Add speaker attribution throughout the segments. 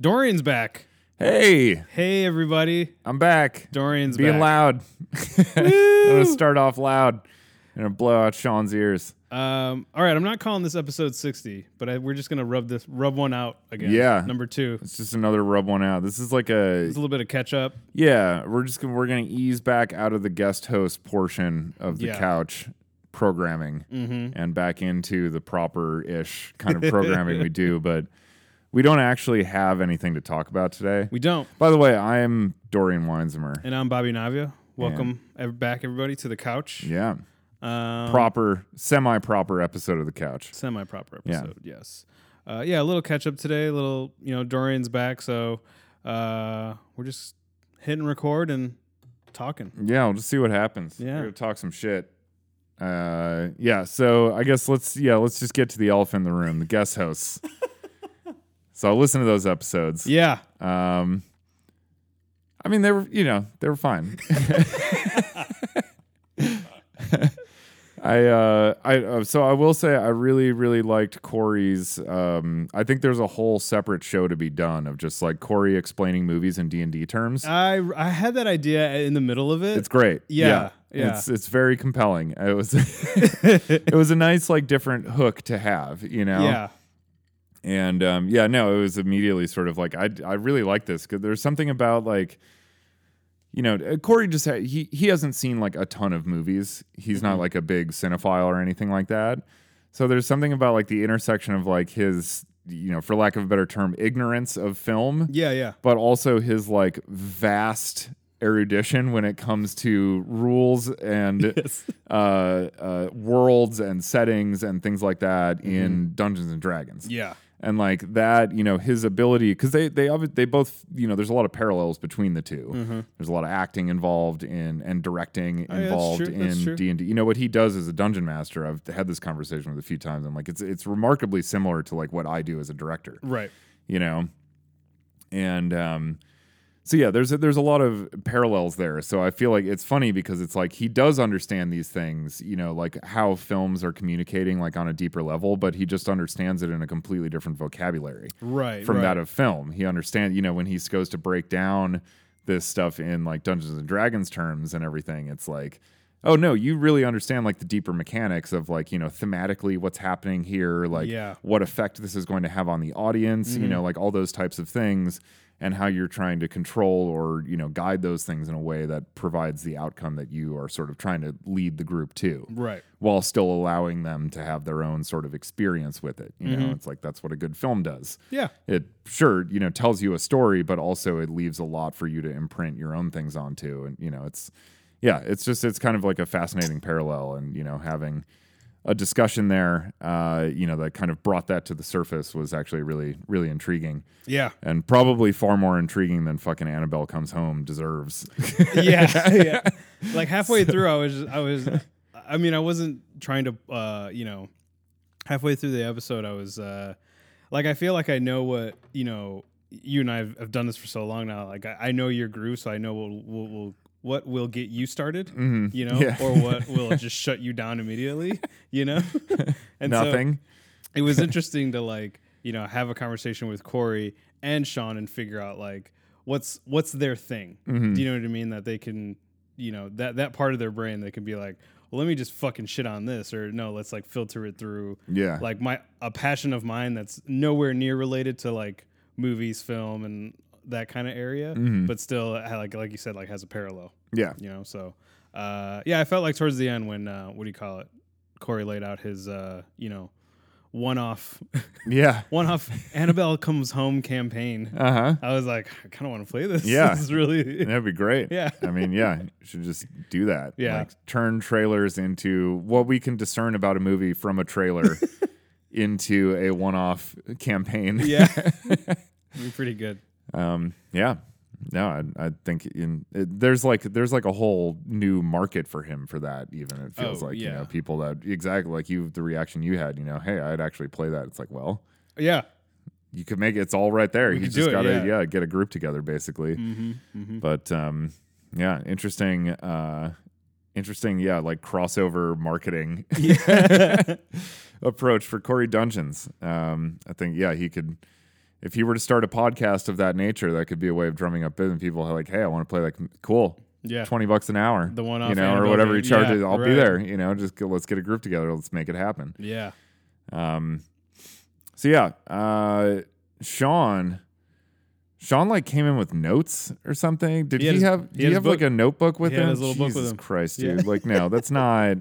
Speaker 1: Dorian's back.
Speaker 2: Hey,
Speaker 1: Hey, everybody.
Speaker 2: I'm back.
Speaker 1: Dorian's
Speaker 2: Being
Speaker 1: back.
Speaker 2: loud. I'm gonna start off loud. I'm gonna blow out Sean's ears.
Speaker 1: Um, all right, I'm not calling this episode 60, but I, we're just gonna rub this, rub one out again.
Speaker 2: Yeah.
Speaker 1: number two. It's
Speaker 2: It's just another rub one out. This is like a
Speaker 1: a little bit of catch up.
Speaker 2: yeah. We're just gonna, we're gonna ease back out of the guest host portion of the
Speaker 1: Yeah. Mm-hmm.
Speaker 2: couch programming and back into the proper ish kind of programming we do, but we don't actually have anything to talk about today.
Speaker 1: We don't.
Speaker 2: By the way, I'm Dorian Weinzimmer.
Speaker 1: And I'm Bobby Navia. Welcome ev- back, everybody, to the couch.
Speaker 2: Yeah,
Speaker 1: Um,
Speaker 2: proper, semi proper episode of the couch.
Speaker 1: semi proper episode. Yes. Uh, yeah, a little catch up today. A little, you know, Dorian's back, so uh, we're just hitting record and talking.
Speaker 2: Yeah, we'll just see what happens.
Speaker 1: Yeah.
Speaker 2: We're gonna talk some shit. Uh, yeah. So I guess let's yeah let's just get to the elephant in the room, the guest hosts. so I listened to those episodes.
Speaker 1: Yeah.
Speaker 2: Um, I mean they were you know they were fine. I uh I uh, so I will say I really really liked Corey's. Um, I think there's a whole separate show to be done of just like Corey explaining movies in D and D terms.
Speaker 1: I I had that idea in the middle of it.
Speaker 2: It's great.
Speaker 1: Yeah, yeah.
Speaker 2: It's it's very compelling. It was it was a nice like different hook to have, you know.
Speaker 1: yeah.
Speaker 2: And um yeah, no, it was immediately sort of like I I really like this cuz there's something about like you know, uh, Corey just ha- he he hasn't seen like a ton of movies. He's
Speaker 1: Mm-hmm.
Speaker 2: not like a big cinephile or anything like that. So there's something about like the intersection of like his you know, for lack of a better term, ignorance of film
Speaker 1: Yeah. Yeah.
Speaker 2: but also his like vast erudition when it comes to rules and uh, uh, worlds and settings and things like that in Dungeons and Dragons.
Speaker 1: Mm-hmm. Yeah.
Speaker 2: And like that, you know, his ability because they they obvi- they both you know there's a lot of parallels between the 2 There's a lot of acting involved in and directing
Speaker 1: Mm-hmm. Oh, yeah, that's
Speaker 2: involved
Speaker 1: true, that's
Speaker 2: in
Speaker 1: true.
Speaker 2: D and D. You know what he does as a dungeon master. I've had this conversation with a few times. I'm like it's it's remarkably similar to like what I do as a director
Speaker 1: Right.
Speaker 2: you know and um so yeah there's a, there's a lot of parallels there so i feel like it's funny because it's like he does understand these things you know like how films are communicating like on a deeper level but he just understands it in a completely different vocabulary
Speaker 1: Right.
Speaker 2: from
Speaker 1: right.
Speaker 2: that of film he understands you know when he goes to break down this stuff in like dungeons and dragons terms and everything it's like oh no you really understand like the deeper mechanics of like you know thematically what's happening here like
Speaker 1: Yeah. Mm-hmm.
Speaker 2: what effect this is going to have on the audience, you know, like all those types of things, and how you're trying to control or, you know, guide those things in a way that provides the outcome that you are sort of trying to lead the group to
Speaker 1: Right.
Speaker 2: while still allowing them to have their own sort of experience with it. You
Speaker 1: Mm-hmm.
Speaker 2: know, it's like that's what a good film does.
Speaker 1: Yeah.
Speaker 2: It sure, you know, tells you a story, but also it leaves a lot for you to imprint your own things onto. And, you know, it's, yeah, it's just, it's kind of like a fascinating parallel. And, you know, having a discussion there, uh, you know, that kind of brought that to the surface was actually really, really intriguing
Speaker 1: Yeah.
Speaker 2: and probably far more intriguing than fucking Annabelle Comes Home deserves.
Speaker 1: yeah, yeah. Like halfway through, I was, I was, I mean, I wasn't trying to, uh, you know, halfway through the episode, I was, uh, like, I feel like I know what, you know, you and I have, have done this for so long now. Like, I, I know your groove, so I know what will, will, what will get you started, you know,
Speaker 2: Mm-hmm. Yeah.
Speaker 1: or what will just shut you down immediately, you know. and so-
Speaker 2: Nothing.
Speaker 1: it was interesting to like you know have a conversation with Corey and Sean and figure out like what's what's their thing. Do you know what I mean? That they can you know that that part of their brain they can be like, well, let me just fucking shit on this, or no, let's like filter it through
Speaker 2: yeah.
Speaker 1: like my a passion of mine that's nowhere near related to like movies, film, and that kind of area, but still uh, like like you said like has a parallel
Speaker 2: yeah.
Speaker 1: you know so uh yeah i felt like towards the end when uh what do you call it corey laid out his uh you know one-off
Speaker 2: Yeah.
Speaker 1: one-off annabelle comes home campaign
Speaker 2: Uh huh.
Speaker 1: i was like i kind of want to play this
Speaker 2: Yeah.
Speaker 1: this is really
Speaker 2: That'd be great.
Speaker 1: Yeah.
Speaker 2: I mean, yeah, you should just do that.
Speaker 1: Yeah.
Speaker 2: Like turn trailers into what we can discern about a movie from a trailer into a one off campaign.
Speaker 1: yeah It'd be pretty good
Speaker 2: Um, yeah. No, I, I think in it, there's like there's like a whole new market for him for that. Even it feels
Speaker 1: Oh,
Speaker 2: like you
Speaker 1: yeah.
Speaker 2: know people that exactly like you the reaction you had. You know, hey, I'd actually play that. It's like, well,
Speaker 1: yeah
Speaker 2: you could make it, it's all right there. you
Speaker 1: could
Speaker 2: just
Speaker 1: do it,
Speaker 2: gotta
Speaker 1: yeah.
Speaker 2: yeah get a group together basically.
Speaker 1: mm-hmm, mm-hmm.
Speaker 2: but um yeah interesting uh interesting yeah like crossover marketing approach for corey dungeons um i think yeah he could if he were to start a podcast of that nature, that could be a way of drumming up business. People are like, hey, I want to play like cool,
Speaker 1: Yeah.
Speaker 2: twenty bucks an hour,
Speaker 1: The one-off
Speaker 2: you know, or
Speaker 1: Annabelle
Speaker 2: whatever he
Speaker 1: game. Yeah,
Speaker 2: charges. I'll be
Speaker 1: right.
Speaker 2: there, you know. Just go, let's get a group together, let's make it happen.
Speaker 1: Yeah.
Speaker 2: Um, so yeah, uh, Sean, Sean like came in with notes or something. Did
Speaker 1: He
Speaker 2: he,
Speaker 1: had his-
Speaker 2: have?
Speaker 1: he
Speaker 2: Did
Speaker 1: had
Speaker 2: he,
Speaker 1: his
Speaker 2: have like
Speaker 1: book.
Speaker 2: a notebook with
Speaker 1: He
Speaker 2: him?
Speaker 1: had his little book with
Speaker 2: Jesus
Speaker 1: him.
Speaker 2: Christ,
Speaker 1: Yeah.
Speaker 2: dude! Like, no, that's not.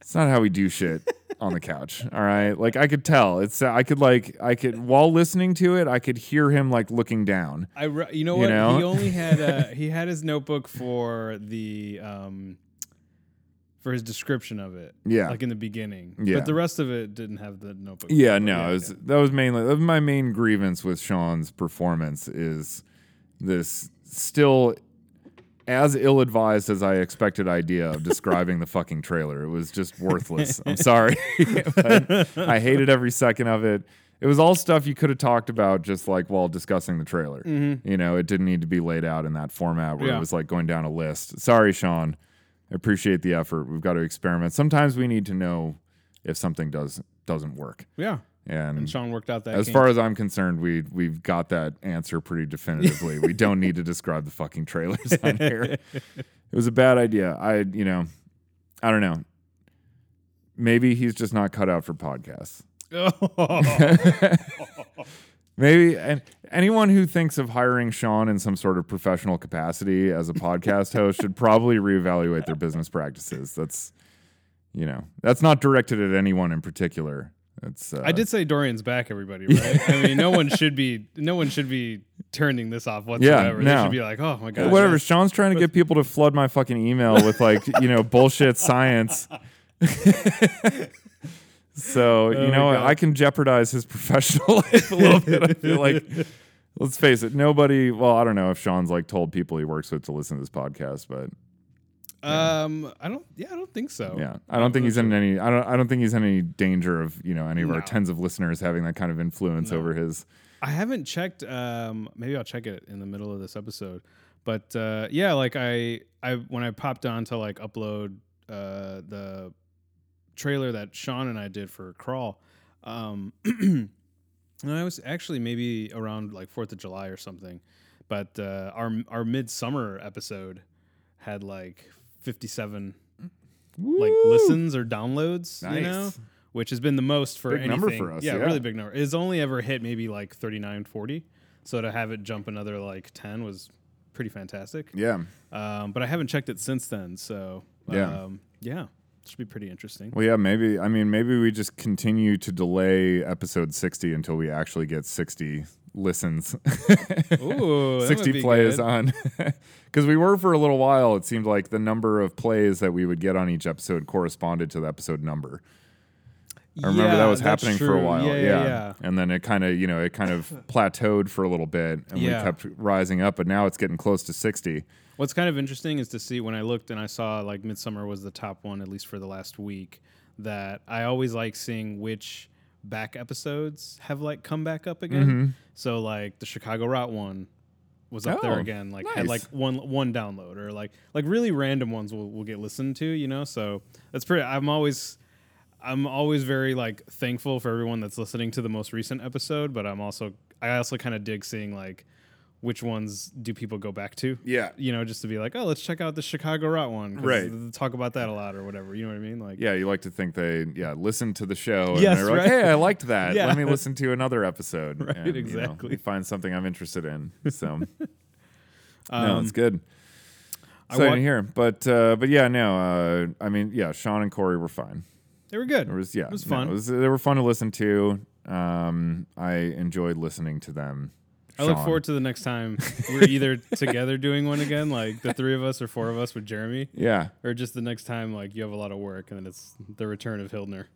Speaker 2: It's not how we do shit on the couch. All right, like I could tell. It's I could like I could while listening to it, I could hear him like looking down.
Speaker 1: I re- you know
Speaker 2: You
Speaker 1: what
Speaker 2: know?
Speaker 1: he only had uh, he had his notebook for the um for his description of it
Speaker 2: Yeah.
Speaker 1: like in the beginning
Speaker 2: Yeah.
Speaker 1: but the rest of it didn't have the notebook
Speaker 2: Yeah, no, it was,
Speaker 1: yeah.
Speaker 2: that was mainly that was my main grievance with Sean's performance is this still as ill-advised as I expected idea of describing the fucking trailer. It was just worthless. I'm sorry, But I hated every second of it. It was all stuff you could have talked about just like while discussing the trailer. You know, it didn't need to be laid out in that format where
Speaker 1: Mm-hmm. Yeah.
Speaker 2: it was like going down a list. Sorry, Sean. I appreciate the effort. We've got to experiment. Sometimes we need to know if something does doesn't work.
Speaker 1: yeah
Speaker 2: And,
Speaker 1: and Sean worked out that
Speaker 2: as far as I'm concerned, we we've got that answer pretty definitively. we don't need to describe the fucking trailers on here. It was a bad idea. I you know, I don't know. Maybe he's just not cut out for podcasts.
Speaker 1: as
Speaker 2: Maybe and anyone who thinks of hiring Sean in some sort of professional capacity as a podcast host should probably reevaluate their business practices. That's you know, that's not directed at anyone in particular. It's uh,
Speaker 1: I did say Dorian's back everybody right I mean no one should be no one should be turning this off whatsoever they
Speaker 2: no.
Speaker 1: should be like oh my god
Speaker 2: Whatever. Sean's trying to get people to flood my fucking email with like, you know, bullshit science. so, you
Speaker 1: Oh my
Speaker 2: know,
Speaker 1: God.
Speaker 2: I can jeopardize his professional life a little bit. I feel like, let's face it, nobody, well, I don't know if Sean's like told people he works with to listen to this podcast, but
Speaker 1: um I don't yeah I don't think so
Speaker 2: yeah, I don't think he's in any, I don't, I don't think he's in any danger of, you know, any of our
Speaker 1: No.
Speaker 2: tens of listeners having that kind of influence over his.
Speaker 1: I haven't checked. Um, maybe I'll check it in the middle of this episode. But uh, yeah, like I, I when I popped on to like upload uh, the trailer that Sean and I did for Crawl, um, and I was actually maybe around like Fourth of July or something. But uh, our our midsummer episode had like fifty seven like
Speaker 2: Woo!
Speaker 1: listens or downloads, you know,
Speaker 2: Nice.
Speaker 1: which has been the most for
Speaker 2: Big
Speaker 1: anything.
Speaker 2: number for us, yeah.
Speaker 1: really big number. It's only ever hit maybe like 39, 40. So to have it jump another like 10 was pretty fantastic.
Speaker 2: Yeah.
Speaker 1: Um, but I haven't checked it since then. So
Speaker 2: Yeah.
Speaker 1: um, yeah, should be pretty interesting.
Speaker 2: Well, yeah, maybe. I mean, maybe we just continue to delay episode 60 until we actually get 60 listens,
Speaker 1: Ooh,
Speaker 2: 60 plays on. Because we were for a little while, it seemed like the number of plays that we would get on each episode corresponded to the episode number. I remember that was happening for a while.
Speaker 1: Yeah, yeah, yeah.
Speaker 2: And then it kind of, you know, it kind of plateaued for a little bit and
Speaker 1: Yeah.
Speaker 2: we kept rising up, but now it's getting close to 60.
Speaker 1: What's kind of interesting is to see when I looked and I saw like Midsummer was the top one at least for the last week. That I always like seeing which back episodes have like come back up again.
Speaker 2: Mm-hmm.
Speaker 1: So like the Chicago Route one was up
Speaker 2: Oh,
Speaker 1: there again. Like had like
Speaker 2: nice.
Speaker 1: one one download or like like really random ones will, will get listened to. You know, so that's pretty. I'm always I'm always very like thankful for everyone that's listening to the most recent episode, but I'm also I also kind of dig seeing like which ones do people go back to
Speaker 2: Yeah.
Speaker 1: you know, just to be like, oh, let's check out the Chicago Route one, 'cause
Speaker 2: Right.
Speaker 1: th- Talk about that a lot or whatever. You know what I mean? Like,
Speaker 2: Yeah, you like to think they yeah listen to the show and
Speaker 1: Yes,
Speaker 2: they're like,
Speaker 1: right.
Speaker 2: hey, I liked that.
Speaker 1: Yeah.
Speaker 2: Let me listen to another episode.
Speaker 1: Right,
Speaker 2: and, you know,
Speaker 1: exactly.
Speaker 2: find something I'm interested in. So no,
Speaker 1: um,
Speaker 2: it's good.
Speaker 1: I
Speaker 2: Exciting
Speaker 1: wa-
Speaker 2: to hear, but uh, but yeah, no, uh, I mean, yeah, Sean and Corey were fine.
Speaker 1: they were good.
Speaker 2: It was yeah,
Speaker 1: It was
Speaker 2: no,
Speaker 1: fun.
Speaker 2: it was, they were fun to listen to. Um, I enjoyed listening to them.
Speaker 1: I look forward to the next time we're either together doing one again, like the three of us or four of us with Jeremy,
Speaker 2: yeah,
Speaker 1: or just the next time like you have a lot of work and then it's the return of Hildner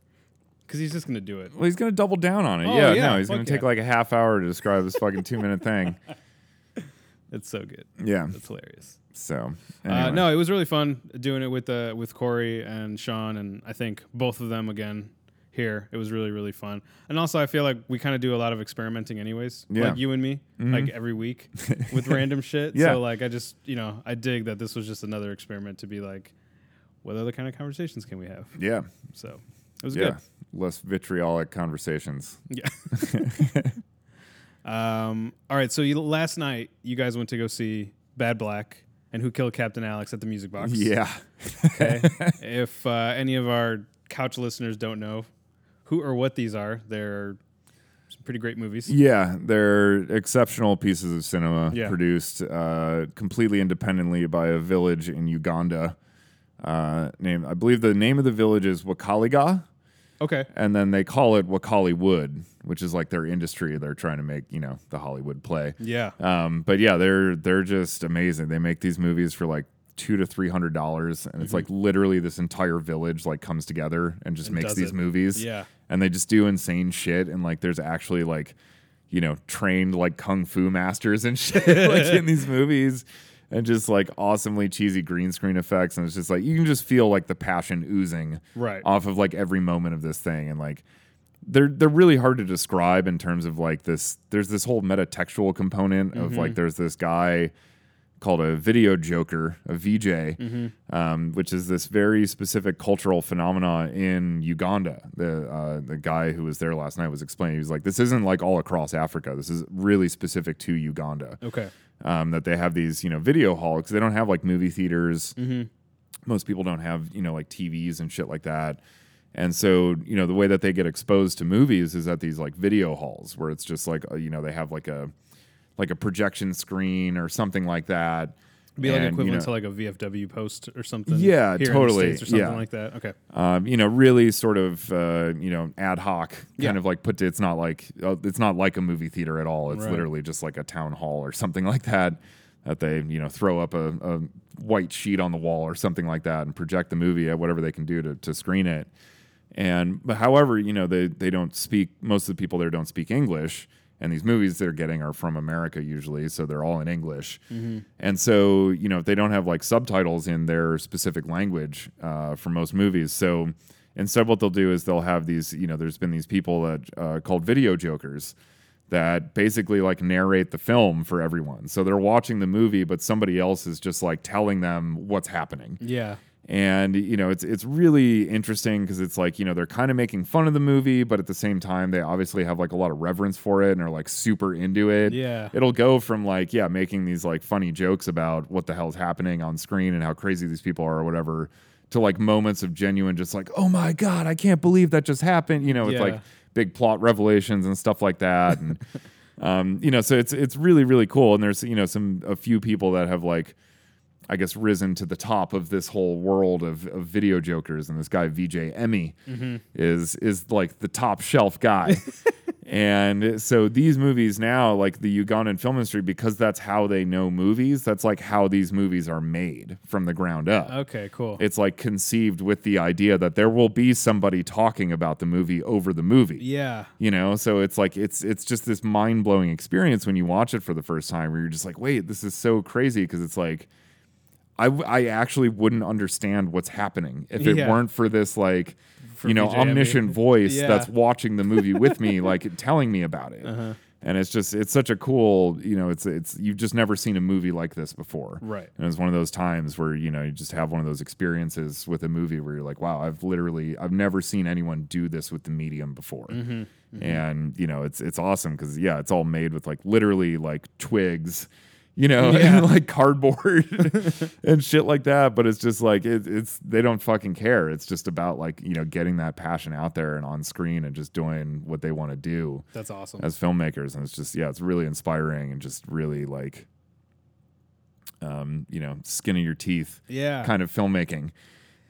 Speaker 1: because he's just gonna do it.
Speaker 2: Well, he's gonna double down on it.
Speaker 1: Oh,
Speaker 2: yeah,
Speaker 1: yeah,
Speaker 2: no, he's
Speaker 1: fuck
Speaker 2: gonna take
Speaker 1: yeah.
Speaker 2: like a half hour to describe this fucking two minute thing.
Speaker 1: It's so good.
Speaker 2: Yeah,
Speaker 1: It's hilarious.
Speaker 2: so
Speaker 1: Uh,
Speaker 2: anyway.
Speaker 1: no, it was really fun doing it with uh, with Corey and Sean, and I think both of them again here. It was really really fun, and also I feel like we kind of do a lot of experimenting, anyways.
Speaker 2: Yeah. Mm-hmm.
Speaker 1: Like you and me, like every week with random shit.
Speaker 2: Yeah.
Speaker 1: So like I just you know I dig that this was just another experiment to be like, what other kind of conversations can we have?
Speaker 2: yeah,
Speaker 1: So it was
Speaker 2: yeah, less vitriolic conversations.
Speaker 1: good. Yeah. Um, all right, so you, last night you guys went to go see Bad Black and Who Killed Captain Alex at the Music Box.
Speaker 2: Yeah.
Speaker 1: Okay. if uh, any of our couch listeners don't know who or what these are, they're some pretty great movies.
Speaker 2: Yeah, they're exceptional pieces of cinema
Speaker 1: Yeah.
Speaker 2: produced uh, completely independently by a village in Uganda. Uh, name I believe the name of the village is Wakaliga,
Speaker 1: Okay.
Speaker 2: and then they call it Wakali Wood, which is like their industry. They're trying to make you know the Hollywood play.
Speaker 1: Yeah.
Speaker 2: Um, but yeah, they're they're just amazing. They make these movies for like two to three hundred dollars, and it's
Speaker 1: Mm-hmm.
Speaker 2: like literally this entire village like comes together and just makes
Speaker 1: does
Speaker 2: these
Speaker 1: it.
Speaker 2: movies.
Speaker 1: Yeah.
Speaker 2: and they just do insane shit, and like there's actually like you know trained like kung fu masters and shit like in these movies. And just like awesomely cheesy green screen effects, and it's just like you can just feel like the passion oozing
Speaker 1: Right.
Speaker 2: off of like every moment of this thing, and like they're they're really hard to describe in terms of like this there's this whole metatextual component of like there's this guy called a video joker a vj um, which is this very specific cultural phenomena in uganda the uh, the guy who was there last night was explaining he was like this isn't like all across africa this is really specific to uganda
Speaker 1: Okay.
Speaker 2: um, that they have these you know video hall because they don't have like movie theaters.
Speaker 1: Mm-hmm.
Speaker 2: Most people don't have you know like TVs and shit like that. And so you know the way that they get exposed to movies is at these like video halls where it's just like uh, you know they have like a like a projection screen or something like that.
Speaker 1: Be like
Speaker 2: And, you
Speaker 1: equivalent
Speaker 2: know-
Speaker 1: to like a VFW post or something. here
Speaker 2: Yeah,
Speaker 1: in the
Speaker 2: totally.
Speaker 1: States or something
Speaker 2: Yeah.
Speaker 1: like that. Okay.
Speaker 2: um, you know, really sort of, uh, you know, ad hoc kind
Speaker 1: Yeah.
Speaker 2: of like put to, it's not like, uh, it's not like a movie theater at all. It's
Speaker 1: Right.
Speaker 2: literally just like a town hall or something like that, that they, you know, throw up a, a white sheet on the wall or something like that and project the movie at whatever they can do to, to screen it. And, but however, you know, they, they don't speak, most of the people there don't speak English. And these movies they're getting are from America usually, so they're all in English. And so, you know, if they don't have like subtitles in their specific language uh, for most movies, so instead what they'll do is they'll have these, you know, there's been these people that uh, called video jokers that basically like narrate the film for everyone. So they're watching the movie, but somebody else is just like telling them what's happening
Speaker 1: Yeah.
Speaker 2: and you know it's it's really interesting because it's like you know they're kind of making fun of the movie but at the same time they obviously have like a lot of reverence for it and are like super into it
Speaker 1: Yeah.
Speaker 2: it'll go from like yeah making these like funny jokes about what the hell's happening on screen and how crazy these people are or whatever to like moments of genuine just like oh my god i can't believe that just happened you know with
Speaker 1: Yeah.
Speaker 2: like big plot revelations and stuff like that and um you know so it's it's really really cool and there's you know some a few people that have like I guess risen to the top of this whole world of, of video jokers, and this guy VJ Emmy is is like the top shelf guy. and so these movies now, like the Ugandan film industry, because that's how they know movies. That's like how these movies are made from the ground up.
Speaker 1: Okay. Cool.
Speaker 2: It's like conceived with the idea that there will be somebody talking about the movie over the movie
Speaker 1: yeah.
Speaker 2: you know so it's like it's it's just this mind-blowing experience when you watch it for the first time where you're just like wait this is so crazy because it's like I, w- I actually wouldn't understand what's happening if it
Speaker 1: Yeah.
Speaker 2: weren't for this like you know
Speaker 1: VJ Emmy.
Speaker 2: omniscient voice
Speaker 1: Yeah.
Speaker 2: that's watching the movie with me like telling me about it
Speaker 1: Uh-huh.
Speaker 2: and it's just it's such a cool you know it's it's you've just never seen a movie like this before
Speaker 1: Right.
Speaker 2: and it's one of those times where you know you just have one of those experiences with a movie where you're like, wow, I've literally I've never seen anyone do this with the medium before. And you know, it's it's awesome because yeah, it's all made with like literally like twigs, you know,
Speaker 1: Yeah.
Speaker 2: and like cardboard and shit like that. But it's just like it, it's they don't fucking care. It's just about like you know getting that passion out there and on screen and just doing what they want to do
Speaker 1: That's awesome.
Speaker 2: as filmmakers and it's just yeah it's really inspiring and just really like um you know skin of your teeth
Speaker 1: yeah.
Speaker 2: kind of filmmaking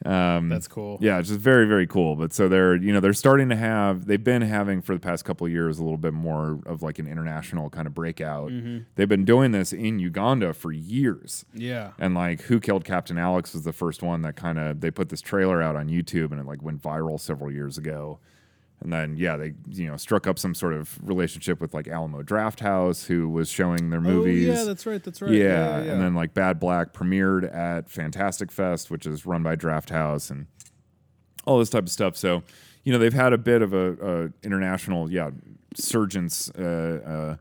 Speaker 2: um
Speaker 1: That's cool.
Speaker 2: yeah it's just very very cool but so they're you know they're starting to have they've been having for the past couple of years a little bit more of like an international kind of breakout
Speaker 1: Mm-hmm.
Speaker 2: they've been doing this in uganda for years
Speaker 1: Yeah.
Speaker 2: and like who killed captain alex was the first one that kind of they put this trailer out on youtube and it like went viral several years ago and then yeah they you know struck up some sort of relationship with like alamo draft house who was showing their movies
Speaker 1: Oh, yeah. That's right. That's right.
Speaker 2: yeah,
Speaker 1: Yeah. yeah.
Speaker 2: and then like Bad Black premiered at Fantastic Fest, which is run by Draft House and all this type of stuff. So, you know, they've had a bit of a, a international, yeah, surgence uh,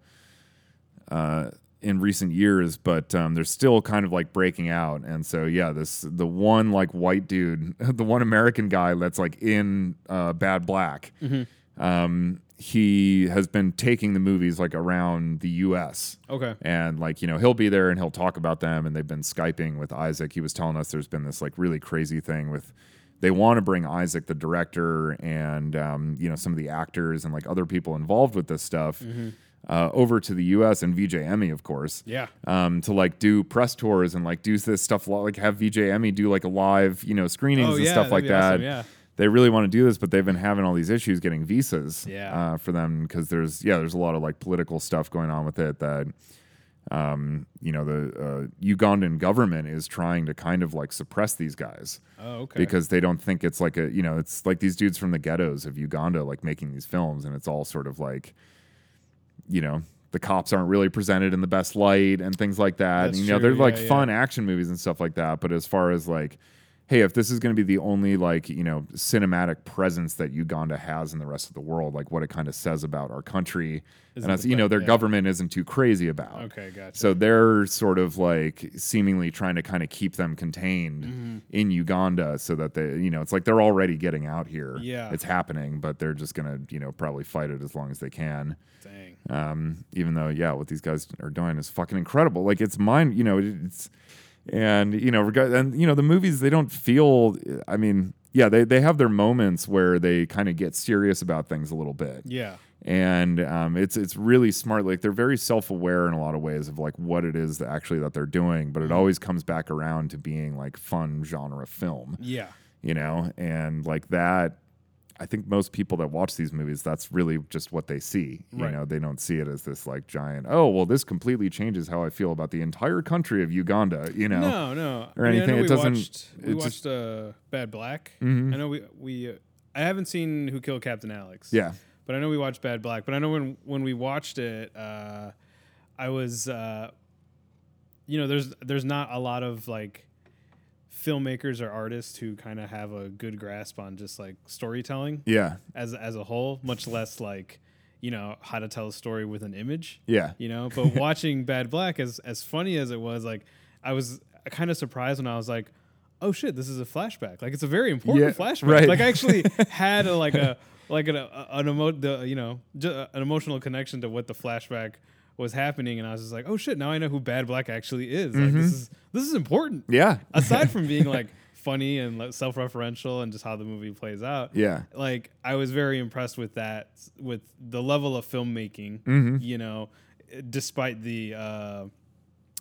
Speaker 2: uh, uh, in recent years, but um, they're still kind of like breaking out. And so, yeah, this the one like white dude, the one American guy that's like in uh, Bad Black
Speaker 1: Mm-hmm.
Speaker 2: um, he has been taking the movies like around the U.S.
Speaker 1: Okay.
Speaker 2: And like, you know, he'll be there and he'll talk about them. And they've been Skyping with Isaac. He was telling us there's been this like really crazy thing with they want to bring Isaac, the director, and, um, you know, some of the actors and like other people involved with this stuff uh, over to the US and VJ Emmy, of course.
Speaker 1: Yeah.
Speaker 2: Um, to like do press tours and like do this stuff, li- like have VJ Emmy do like a live, you know, screenings
Speaker 1: Oh,
Speaker 2: and
Speaker 1: yeah,
Speaker 2: stuff
Speaker 1: that'd
Speaker 2: like
Speaker 1: be
Speaker 2: that
Speaker 1: awesome, yeah.
Speaker 2: they really want to do this, but they've been having all these issues getting visas
Speaker 1: Yeah.
Speaker 2: uh, for them because there's yeah there's a lot of like political stuff going on with it that um, you know the uh, Ugandan government is trying to kind of like suppress these guys
Speaker 1: Oh, okay.
Speaker 2: because they don't think it's like a you know it's like these dudes from the ghettos of Uganda like making these films and it's all sort of like you know the cops aren't really presented in the best light and things like that
Speaker 1: That's
Speaker 2: you know
Speaker 1: true,
Speaker 2: they're like
Speaker 1: yeah, yeah.
Speaker 2: fun action movies and stuff like that but as far as like hey if this is going to be the only like you know cinematic presence that Uganda has in the rest of the world like what it kind of says about our country
Speaker 1: Isn't
Speaker 2: and that's
Speaker 1: the
Speaker 2: you know
Speaker 1: best-
Speaker 2: their
Speaker 1: yeah.
Speaker 2: government isn't too crazy about
Speaker 1: Okay, gotcha.
Speaker 2: so they're sort of like seemingly trying to kind of keep them contained in Uganda so that they, you know, it's like they're already getting out here.
Speaker 1: Yeah.
Speaker 2: It's happening, but they're just going to, you know, probably fight it as long as they can.
Speaker 1: Dang.
Speaker 2: Um, even though, yeah, what these guys are doing is fucking incredible. Like it's mind, you know, it's, and, you know, regard, and, you know, the movies, they don't feel, I mean, yeah, they, they have their moments where they kind of get serious about things a little bit
Speaker 1: Yeah.
Speaker 2: and um, it's it's really smart. Like they're very self aware in a lot of ways of like what it is that actually that they're doing, but it
Speaker 1: Mm-hmm.
Speaker 2: always comes back around to being like fun genre film,
Speaker 1: Yeah.
Speaker 2: you know, and like that. I think most people that watch these movies, that's really just what they see. You
Speaker 1: Right.
Speaker 2: know, they don't see it as this like giant. Oh, well, this completely changes how I feel about the entire country of Uganda. You know,
Speaker 1: No, no.
Speaker 2: Or
Speaker 1: I mean, I
Speaker 2: anything.
Speaker 1: know
Speaker 2: It
Speaker 1: we
Speaker 2: doesn't-
Speaker 1: Watched, we
Speaker 2: it
Speaker 1: watched
Speaker 2: just- Mm-hmm.
Speaker 1: uh, Bad Black. I know we we. Uh, I haven't seen Who Killed Captain Alex.
Speaker 2: yeah,
Speaker 1: But I know we watched Bad Black. But I know when when we watched it, uh, I was, uh, you know, there's there's not a lot of like filmmakers or artists who kind of have a good grasp on just like storytelling
Speaker 2: yeah,
Speaker 1: as as a whole, much less like you know how to tell a story with an image
Speaker 2: yeah,
Speaker 1: you know but watching bad black as as funny as it was like i was kind of surprised when i was like oh shit this is a flashback like it's a very important
Speaker 2: Yeah,
Speaker 1: flashback
Speaker 2: right.
Speaker 1: like i actually had a, like a like an, a, an emo- the, you know ju- an emotional connection to what the flashback was happening and i was just like oh shit now i know who bad black actually is like this is this is important
Speaker 2: Mm-hmm. yeah,
Speaker 1: aside from being like funny and like, self-referential and just how the movie plays out
Speaker 2: yeah,
Speaker 1: like I was very impressed with that with the level of filmmaking
Speaker 2: Mm-hmm.
Speaker 1: you know despite the uh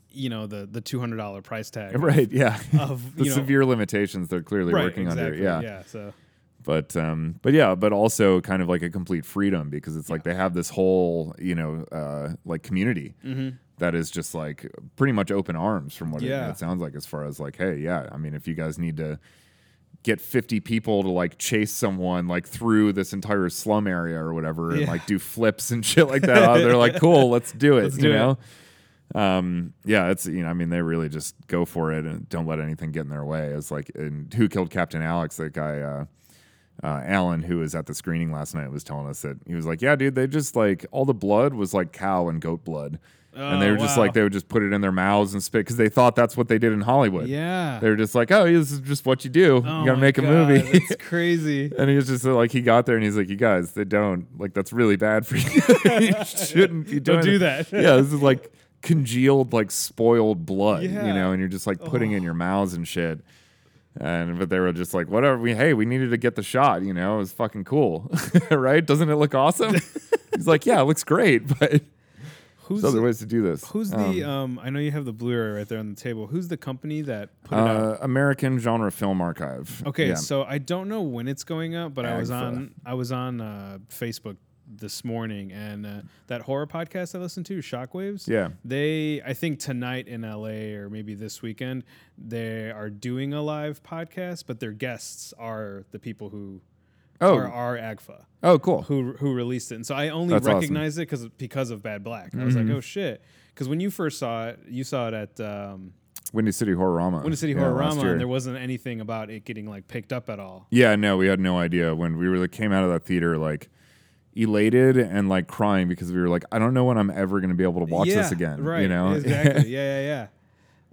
Speaker 1: you know the the $200 price tag
Speaker 2: right, yeah.
Speaker 1: of
Speaker 2: the
Speaker 1: you know
Speaker 2: severe limitations they're clearly
Speaker 1: right,
Speaker 2: working
Speaker 1: exactly,
Speaker 2: under.
Speaker 1: yeah so
Speaker 2: but um but yeah but also kind of like a complete freedom because it's like they have this whole you know uh like community that is just like pretty much open arms from what
Speaker 1: Mm-hmm. Yeah.
Speaker 2: it, it sounds like as far as like hey yeah i mean if you guys need to get 50 people to like chase someone like through this entire slum area or whatever and
Speaker 1: Yeah.
Speaker 2: like do flips and shit like that oh, they're like cool let's do it
Speaker 1: Let's
Speaker 2: you
Speaker 1: do it.
Speaker 2: know um yeah it's you know i mean they really just go for it and don't let anything get in their way it's like and who killed captain alex that guy uh uh, Alan, who was at the screening last night, was telling us that he was like, "Yeah, dude, they just like all the blood was like cow and goat blood, and they
Speaker 1: Oh,
Speaker 2: were just
Speaker 1: wow.
Speaker 2: like they would just put it in their mouths and spit because they thought that's what they did in Hollywood.
Speaker 1: yeah
Speaker 2: They were just like, oh, this is just what you do.
Speaker 1: Oh
Speaker 2: you gotta
Speaker 1: my
Speaker 2: make a
Speaker 1: God,
Speaker 2: movie."
Speaker 1: it's crazy
Speaker 2: And he was just like, he got there and he's like, you guys, they don't. Like, that's really bad for you. you shouldn't be doing
Speaker 1: Don't do that.
Speaker 2: yeah, this is like congealed, like spoiled blood, you
Speaker 1: Yeah.
Speaker 2: know, and you're just like putting it in your mouths and shit. And but they were just like, whatever. We hey, we needed to get the shot. You know, it was fucking cool, right? Doesn't it look awesome? He's like, yeah, it looks great, but
Speaker 1: who's
Speaker 2: there's other ways to do this.
Speaker 1: who's
Speaker 2: Um,
Speaker 1: the um I know you have the blu-ray right there on the table who's the company that put it out
Speaker 2: uh, American Genre Film Archive?
Speaker 1: Okay,
Speaker 2: Yeah.
Speaker 1: so I don't know when it's going up, but I was
Speaker 2: Agfa.
Speaker 1: on I was on uh, Facebook this morning, and uh, that horror podcast I listened to, Shockwaves.
Speaker 2: Yeah.
Speaker 1: they I think tonight in LA or maybe this weekend they are doing a live podcast, but their guests are the people who
Speaker 2: Oh.
Speaker 1: are are Agfa
Speaker 2: oh, cool.
Speaker 1: who who released it, and so I only
Speaker 2: That's awesome. Mm-hmm.
Speaker 1: recognized it 'cause it because of Bad Black. I was like, oh shit, because when you first saw it, you saw it at. Um,
Speaker 2: Windy City Horrorama.
Speaker 1: Windy City
Speaker 2: Yeah,
Speaker 1: Horror
Speaker 2: last
Speaker 1: Rama,
Speaker 2: year.
Speaker 1: and there wasn't anything about it getting like picked up at all.
Speaker 2: Yeah, no, we had no idea when we really came out of that theater like elated and like crying because we were like, I don't know when I'm ever going to be able to watch this again.
Speaker 1: Right.
Speaker 2: You know?
Speaker 1: Exactly. yeah, yeah,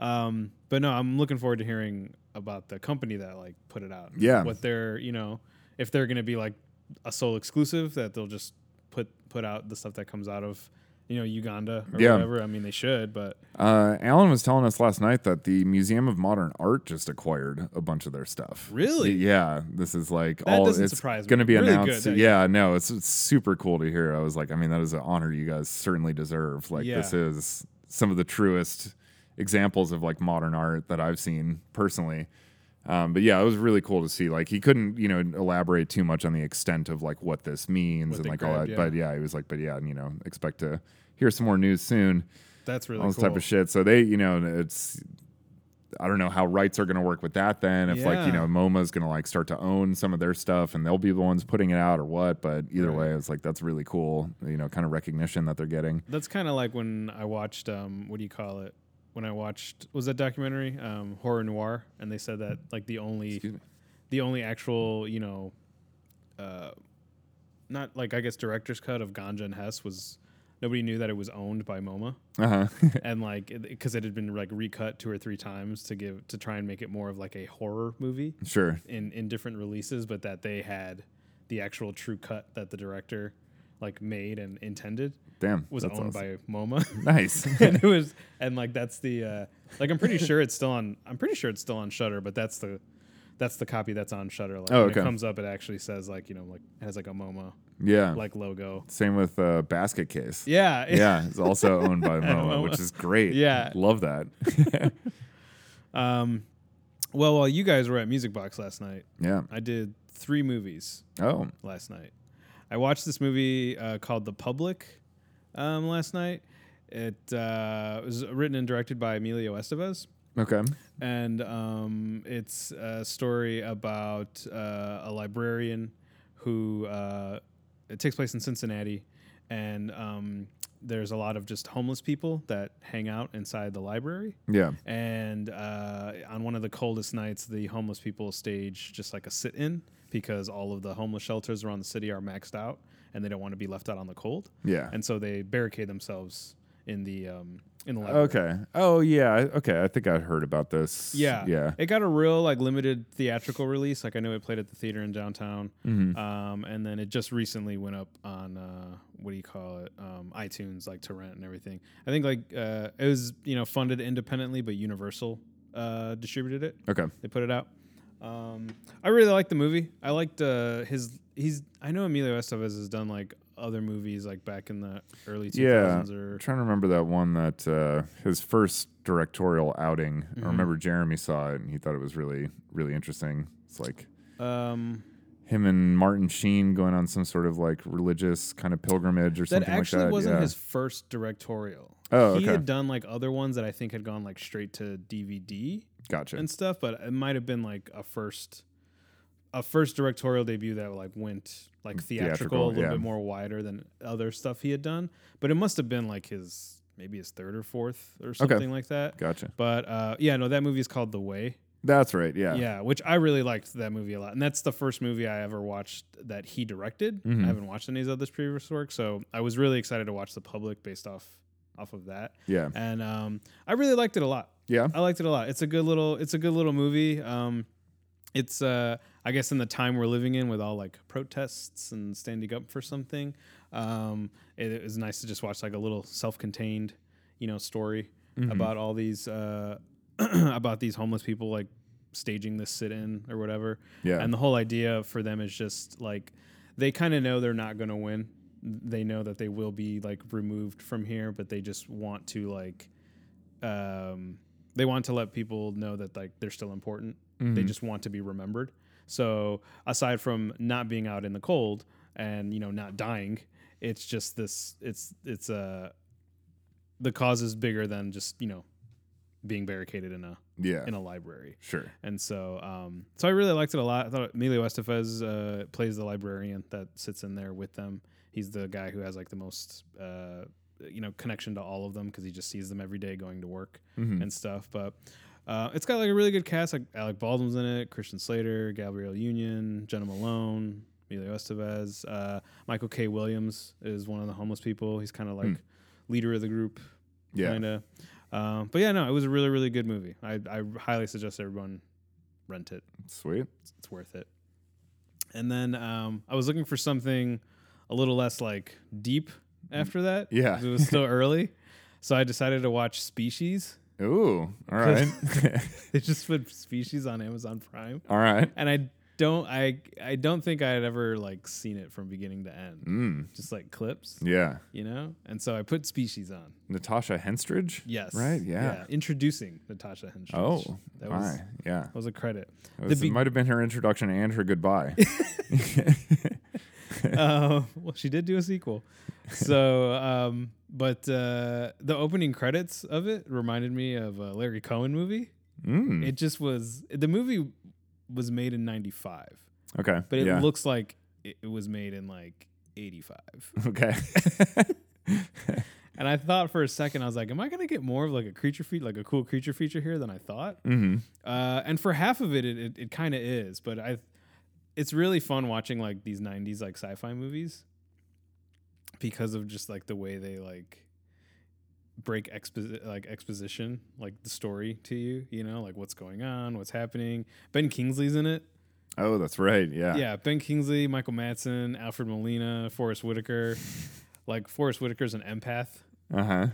Speaker 1: yeah. Um, but no, I'm looking forward to hearing about the company that like put it out.
Speaker 2: Yeah.
Speaker 1: What they're, you know, if they're gonna be like a sole exclusive that they'll just put put out the stuff that comes out of you know Uganda or
Speaker 2: Yeah.
Speaker 1: whatever. I mean, they should, but
Speaker 2: Uh, Alan was telling us last night that the Museum of Modern Art just acquired a bunch of their stuff.
Speaker 1: Really?
Speaker 2: Yeah. This is like
Speaker 1: That
Speaker 2: all.
Speaker 1: doesn't
Speaker 2: it's
Speaker 1: surprise me.
Speaker 2: Going to be
Speaker 1: Really
Speaker 2: announced.
Speaker 1: good,
Speaker 2: yeah. No, it's, it's super cool to hear. I was like, I mean, that is an honor you guys certainly deserve. Like,
Speaker 1: Yeah.
Speaker 2: this is some of the truest examples of like modern art that I've seen personally. Um, but yeah, it was really cool to see. Like, he couldn't, you know, elaborate too much on the extent of like what this means and
Speaker 1: they
Speaker 2: like all
Speaker 1: grabbed,
Speaker 2: that.
Speaker 1: yeah.
Speaker 2: But yeah, he was like, but yeah, and, you know, expect to hear some more news soon
Speaker 1: that's really
Speaker 2: all this
Speaker 1: cool.
Speaker 2: type of shit. So they, you know, it's I don't know how rights are going to work with that. Then if like you
Speaker 1: Yeah.
Speaker 2: know MoMA's going to like start to own some of their stuff and they'll be the ones putting it out or what. But either way, it's like that's really cool. You know, kind of recognition that they're getting.
Speaker 1: That's kind of like when I watched um, what do you call it? When I watched was that documentary um, horror noir, and they said that like the only
Speaker 2: Excuse me.
Speaker 1: the only actual you know, uh, not like I guess director's cut of Ganja and Hess was nobody knew that it was owned by MoMA,
Speaker 2: Uh huh.
Speaker 1: and like because it had been like recut two or three times to give to try and make it more of like a horror movie
Speaker 2: sure.
Speaker 1: in in different releases, but that they had the actual true cut that the director like made and intended
Speaker 2: Damn.
Speaker 1: was
Speaker 2: that's
Speaker 1: owned
Speaker 2: awesome.
Speaker 1: by MoMA.
Speaker 2: Nice.
Speaker 1: and it was and like that's the uh like I'm pretty sure it's still on I'm pretty sure it's still on Shutter, but that's the that's the copy that's on Shutter. Like
Speaker 2: Oh,
Speaker 1: when
Speaker 2: okay.
Speaker 1: it comes up, it actually says like you know like has like a MoMA
Speaker 2: yeah.
Speaker 1: like logo.
Speaker 2: Same with uh, Basket Case.
Speaker 1: Yeah,
Speaker 2: Yeah, it's also owned by MoMA,
Speaker 1: MoMA.
Speaker 2: which is great.
Speaker 1: Yeah.
Speaker 2: love that.
Speaker 1: Um, well, while you guys were at Music Box last night,
Speaker 2: yeah.
Speaker 1: I did three movies
Speaker 2: Oh,
Speaker 1: last night. I watched this movie uh, called The Public um, last night. It uh, was written and directed by Emilio Estevez.
Speaker 2: okay.
Speaker 1: and um, it's a story about uh, a librarian who uh, it takes place in Cincinnati, and um, there's a lot of just homeless people that hang out inside the library.
Speaker 2: Yeah.
Speaker 1: And uh, on one of the coldest nights, the homeless people stage just like a sit-in because all of the homeless shelters around the city are maxed out, and they don't want to be left out on the cold,
Speaker 2: Yeah.
Speaker 1: and so they barricade themselves in the um, in the library.
Speaker 2: Okay. Oh yeah. I- Okay. I think I heard about this.
Speaker 1: Yeah.
Speaker 2: Yeah.
Speaker 1: It got a real like limited theatrical release. Like I know it played at the theater in downtown.
Speaker 2: Mhm.
Speaker 1: Um, and then it just recently went up on uh, what do you call it? Um, iTunes, like to rent and everything. I think like uh, it was you know funded independently, but Universal uh, distributed it.
Speaker 2: Okay.
Speaker 1: They put it out. Um, I really liked the movie. I liked uh, his. He's. I know Emilio Estevez has done like other movies like back in the early 2000s
Speaker 2: Yeah.
Speaker 1: or
Speaker 2: I'm trying to remember that one that uh, his first directorial outing.
Speaker 1: Mm-hmm.
Speaker 2: I remember Jeremy saw it and he thought it was really, really interesting. It's like
Speaker 1: um,
Speaker 2: him and Martin Sheen going on some sort of like religious kind of pilgrimage or
Speaker 1: That
Speaker 2: something
Speaker 1: actually
Speaker 2: like that.
Speaker 1: wasn't
Speaker 2: yeah.
Speaker 1: his first directorial.
Speaker 2: Oh,
Speaker 1: He
Speaker 2: okay.
Speaker 1: had done like other ones that I think had gone like straight to DVD
Speaker 2: gotcha.
Speaker 1: and stuff, but it might have been like a first a first directorial debut that like went like theatrical,
Speaker 2: Mm,
Speaker 1: a
Speaker 2: Theatrical,
Speaker 1: little
Speaker 2: yeah.
Speaker 1: bit more wider than other stuff he had done. But it must have been like his maybe his third or fourth or something like that.
Speaker 2: gotcha.
Speaker 1: But uh, yeah, no, that movie is called The Way.
Speaker 2: That's right. Yeah.
Speaker 1: Yeah, which I really liked that movie a lot. And that's the first movie I ever watched that he directed.
Speaker 2: Mhm.
Speaker 1: I haven't watched any of his other previous work, so I was really excited to watch The Public based off off of that.
Speaker 2: Yeah.
Speaker 1: And um, I really liked it a lot.
Speaker 2: Yeah.
Speaker 1: I liked it a lot. It's a good little it's a good little movie. Um, it's uh, I guess in the time we're living in with all like protests and standing up for something, um, it, it was nice to just watch like a little self-contained, you know, story about all these uh, about these homeless people like staging this sit-in or whatever.
Speaker 2: Yeah.
Speaker 1: And the whole idea for them is just like they kind of know they're not going to win. They know that they will be like removed from here, but they just want to like um, they want to let people know that like they're still important.
Speaker 2: Mm-hmm.
Speaker 1: They just want to be remembered. So aside from not being out in the cold and you know not dying, it's just this. It's it's uh, the cause is bigger than just you know being barricaded in a
Speaker 2: yeah.
Speaker 1: in a library.
Speaker 2: sure.
Speaker 1: And so, um, so I really liked it a lot. I thought Emilio Estevez uh, plays the librarian that sits in there with them. He's the guy who has like the most, uh, you know, connection to all of them because he just sees them every day going to work
Speaker 2: Mhm.
Speaker 1: and stuff. But uh, it's got like a really good cast. Like Alec Baldwin's in it, Christian Slater, Gabrielle Union, Jenna Malone, Emilio Estevez, uh, Michael K. Williams is one of the homeless people. He's kind of like leader of the group
Speaker 2: Hmm. Yeah.
Speaker 1: kind of. Um, but yeah, no, it was a really, really good movie. I, I highly suggest everyone rent it.
Speaker 2: Sweet.
Speaker 1: It's, it's worth it. And then um, I was looking for something a little less like deep after that.
Speaker 2: Mm. Yeah.
Speaker 1: 'cause It was still early. So I decided to watch Species.
Speaker 2: Ooh, all right,
Speaker 1: They just put Species on Amazon Prime.
Speaker 2: all right.
Speaker 1: And I don't I I don't think I had ever like seen it from beginning to end.
Speaker 2: Mm,
Speaker 1: Just like clips,
Speaker 2: yeah,
Speaker 1: you know? And so I put Species on.
Speaker 2: Natasha Henstridge.
Speaker 1: Yes.
Speaker 2: right. Yeah.
Speaker 1: Introducing Natasha Henstridge.
Speaker 2: Oh,
Speaker 1: That was
Speaker 2: my, yeah.
Speaker 1: that was a credit.
Speaker 2: That was-
Speaker 1: be-
Speaker 2: it might have been her introduction and her goodbye.
Speaker 1: uh, well, she did do a sequel. So, um, but uh, the opening credits of it reminded me of a Larry Cohen movie.
Speaker 2: Mm,
Speaker 1: It just was the movie was made in '95,
Speaker 2: okay,
Speaker 1: but it
Speaker 2: yeah.
Speaker 1: looks like it, it was made in like '85.
Speaker 2: okay.
Speaker 1: and I thought for a second, I was like, "Am I gonna get more of like a creature feature, like a cool creature feature here than I thought?"
Speaker 2: hmm
Speaker 1: Uh, and for half of it, it, it, it kind of is, but I, it's really fun watching like these '90s like sci-fi movies because of just like the way they like break expo- like exposition, like the story to you. You know, like what's going on, what's happening. Ben Kingsley's in it.
Speaker 2: Oh, that's right. Yeah.
Speaker 1: Yeah, Ben Kingsley, Michael Madsen, Alfred Molina, Forrest Whitaker. like Forrest Whitaker's an empath.
Speaker 2: Uh huh.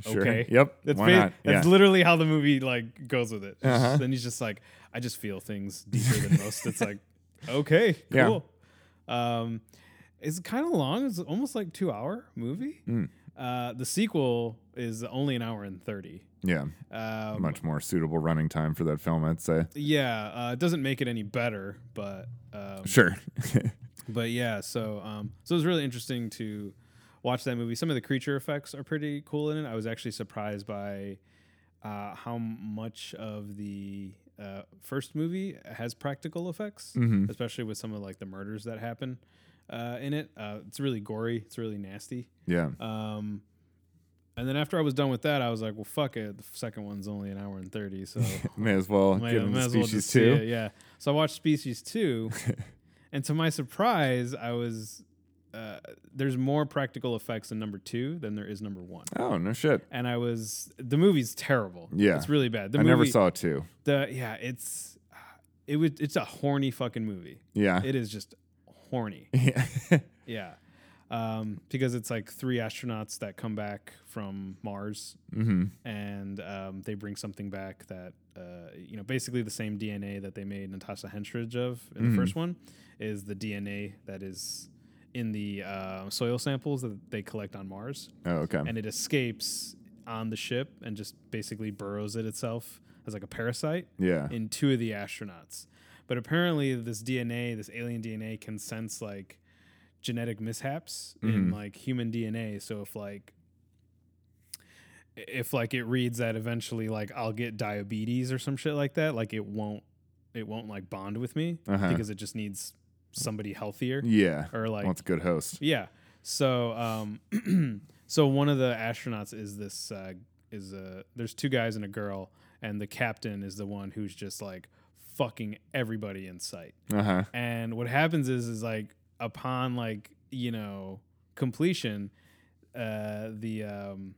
Speaker 2: Sure.
Speaker 1: Okay.
Speaker 2: Yep.
Speaker 1: That's
Speaker 2: Why
Speaker 1: ba-
Speaker 2: not?
Speaker 1: that's
Speaker 2: yeah.
Speaker 1: literally how the movie like goes with it.
Speaker 2: Uh-huh.
Speaker 1: Then he's just like, I just feel things deeper than most. It's like, okay,
Speaker 2: Yeah.
Speaker 1: cool. Um, it's kind of long. It's almost like two hour movie.
Speaker 2: Mm.
Speaker 1: Uh, the sequel is only an hour and thirty.
Speaker 2: yeah.
Speaker 1: Um,
Speaker 2: Much more suitable running time for that film, I'd say.
Speaker 1: Yeah, uh, it doesn't make it any better, but um,
Speaker 2: Sure.
Speaker 1: but yeah. So um, so it was really interesting to watch that movie. Some of the creature effects are pretty cool in it. I was actually surprised by uh, how much of the uh, first movie has practical effects,
Speaker 2: Mhm.
Speaker 1: especially with some of like the murders that happen uh, in it. Uh, it's really gory. It's really nasty.
Speaker 2: yeah.
Speaker 1: Um, and then after I was done with that, I was like, well, fuck it. The second one's only an hour and thirty, so
Speaker 2: May as well
Speaker 1: might,
Speaker 2: give him
Speaker 1: might uh,
Speaker 2: the
Speaker 1: as well
Speaker 2: species
Speaker 1: just see it,
Speaker 2: too.
Speaker 1: Yeah. So I watched Species Two, and to my surprise, I was uh, there's more practical effects in number two than there is number one.
Speaker 2: Oh no shit.
Speaker 1: And I was the movie's terrible.
Speaker 2: Yeah.
Speaker 1: it's really bad. The
Speaker 2: I
Speaker 1: movie,
Speaker 2: never saw two.
Speaker 1: the yeah. It's it was it's a horny fucking movie.
Speaker 2: Yeah.
Speaker 1: It is just horny.
Speaker 2: yeah.
Speaker 1: Yeah. Um, because it's like three astronauts that come back from Mars
Speaker 2: hmm
Speaker 1: and um, they bring something back that uh, you know basically the same DNA that they made Natasha Henstridge of in
Speaker 2: Mhm.
Speaker 1: the first one is the DNA that is in the uh, soil samples that they collect on Mars,
Speaker 2: Oh okay.
Speaker 1: and it escapes on the ship and just basically burrows it itself as like a parasite
Speaker 2: yeah.
Speaker 1: in two of the astronauts. But apparently, this DNA, this alien DNA, can sense like genetic mishaps in
Speaker 2: Mhm.
Speaker 1: like human DNA. So if like if like it reads that eventually like I'll get diabetes or some shit like that, like it won't it won't like bond with me
Speaker 2: Uh-huh.
Speaker 1: because it just needs somebody healthier
Speaker 2: yeah.
Speaker 1: or like
Speaker 2: well, it's a good host.
Speaker 1: yeah. So um so one of the astronauts is this uh is a there's two guys and a girl and the captain is the one who's just like fucking everybody in sight.
Speaker 2: Uh huh.
Speaker 1: And what happens is is like upon like, you know, completion, uh the um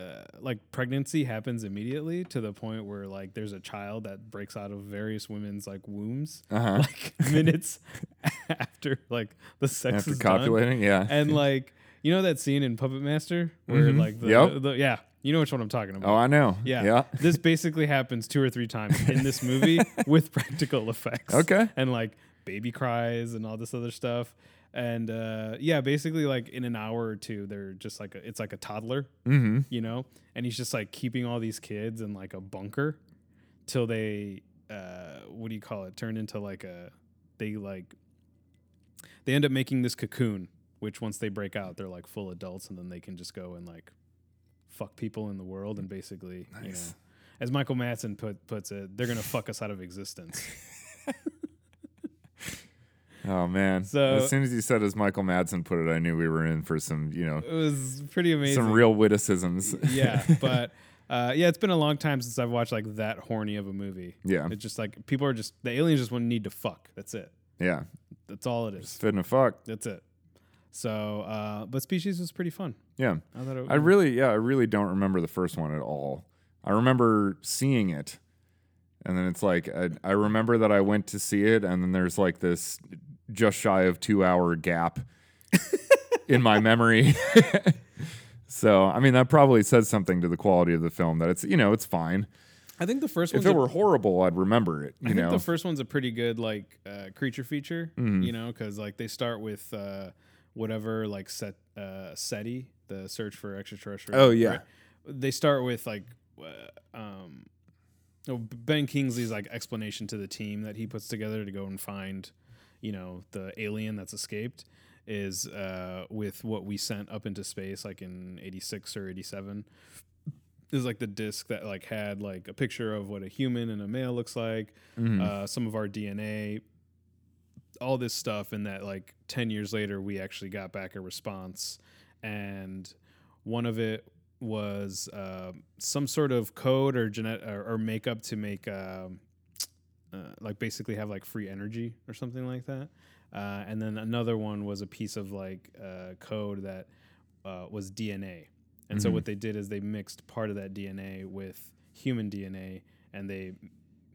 Speaker 1: uh, like pregnancy happens immediately to the point where like there's a child that breaks out of various women's like wombs
Speaker 2: Uh huh.
Speaker 1: like minutes after like the sex
Speaker 2: After
Speaker 1: is done
Speaker 2: copulating, yeah.
Speaker 1: and like you know that scene in Puppet Master where
Speaker 2: Mhm.
Speaker 1: like the,
Speaker 2: Yep.
Speaker 1: the- yeah you know which one I'm talking
Speaker 2: oh,
Speaker 1: about.
Speaker 2: I know.
Speaker 1: yeah.
Speaker 2: Yeah.
Speaker 1: this basically happens two or three times in this movie with practical effects.
Speaker 2: Okay.
Speaker 1: and like baby cries and all this other stuff. And uh, yeah, basically like in an hour or two, they're just like a, it's like a toddler,
Speaker 2: Mm-hmm.
Speaker 1: you know, and he's just like keeping all these kids in like a bunker till they uh, what do you call it? Turn into like a they like they end up making this cocoon, which once they break out, they're like full adults, and then they can just go and like fuck people in the world and basically, you know,
Speaker 2: Nice.
Speaker 1: as Michael Madsen put puts it, they're gonna fuck us out of existence.
Speaker 2: Oh man!
Speaker 1: So-
Speaker 2: as soon as you said as Michael Madsen put it, I knew we were in for some, you know,
Speaker 1: It was pretty amazing.
Speaker 2: some real witticisms.
Speaker 1: yeah, but uh, yeah, it's been a long time since I've watched like that horny of a movie.
Speaker 2: yeah,
Speaker 1: It's just like people are just the aliens just want need to fuck. That's it.
Speaker 2: yeah.
Speaker 1: That's all it is.
Speaker 2: Just fitting a fuck.
Speaker 1: That's it. So, uh, but Species was pretty fun.
Speaker 2: Yeah,
Speaker 1: I thought it
Speaker 2: I really, yeah, I really don't remember the first one at all. I remember seeing it, And then it's like I, I remember that I went to see it, and then there's like this just shy of two hour gap in my memory. so I mean that probably says something to the quality of the film that it's you know it's fine.
Speaker 1: I think the first
Speaker 2: If
Speaker 1: one's
Speaker 2: it
Speaker 1: a-
Speaker 2: were horrible, I'd remember it. You
Speaker 1: I think
Speaker 2: know, Mm-hmm.
Speaker 1: the first one's a pretty good like uh, creature feature, you know, because like they start with uh, whatever like set uh, SETI, the search for extraterrestrial.
Speaker 2: Oh, yeah.
Speaker 1: they start with like uh, um, oh, Ben Kingsley's like explanation to the team that he puts together to go and find, you know, the alien that's escaped is uh, with what we sent up into space like in 86 or 87 is like the disc that like had like a picture of what a human and a male looks like,
Speaker 2: Mm-hmm.
Speaker 1: uh, some of our DNA, all this stuff, and that like ten years later we actually got back a response, and one of it was uh, some sort of code or genet or, or makeup to make um uh, like basically have like free energy or something like that. Uh, and then another one was a piece of like uh, code that uh, was DNA. And so what they did is they mixed part of that DNA with human DNA and they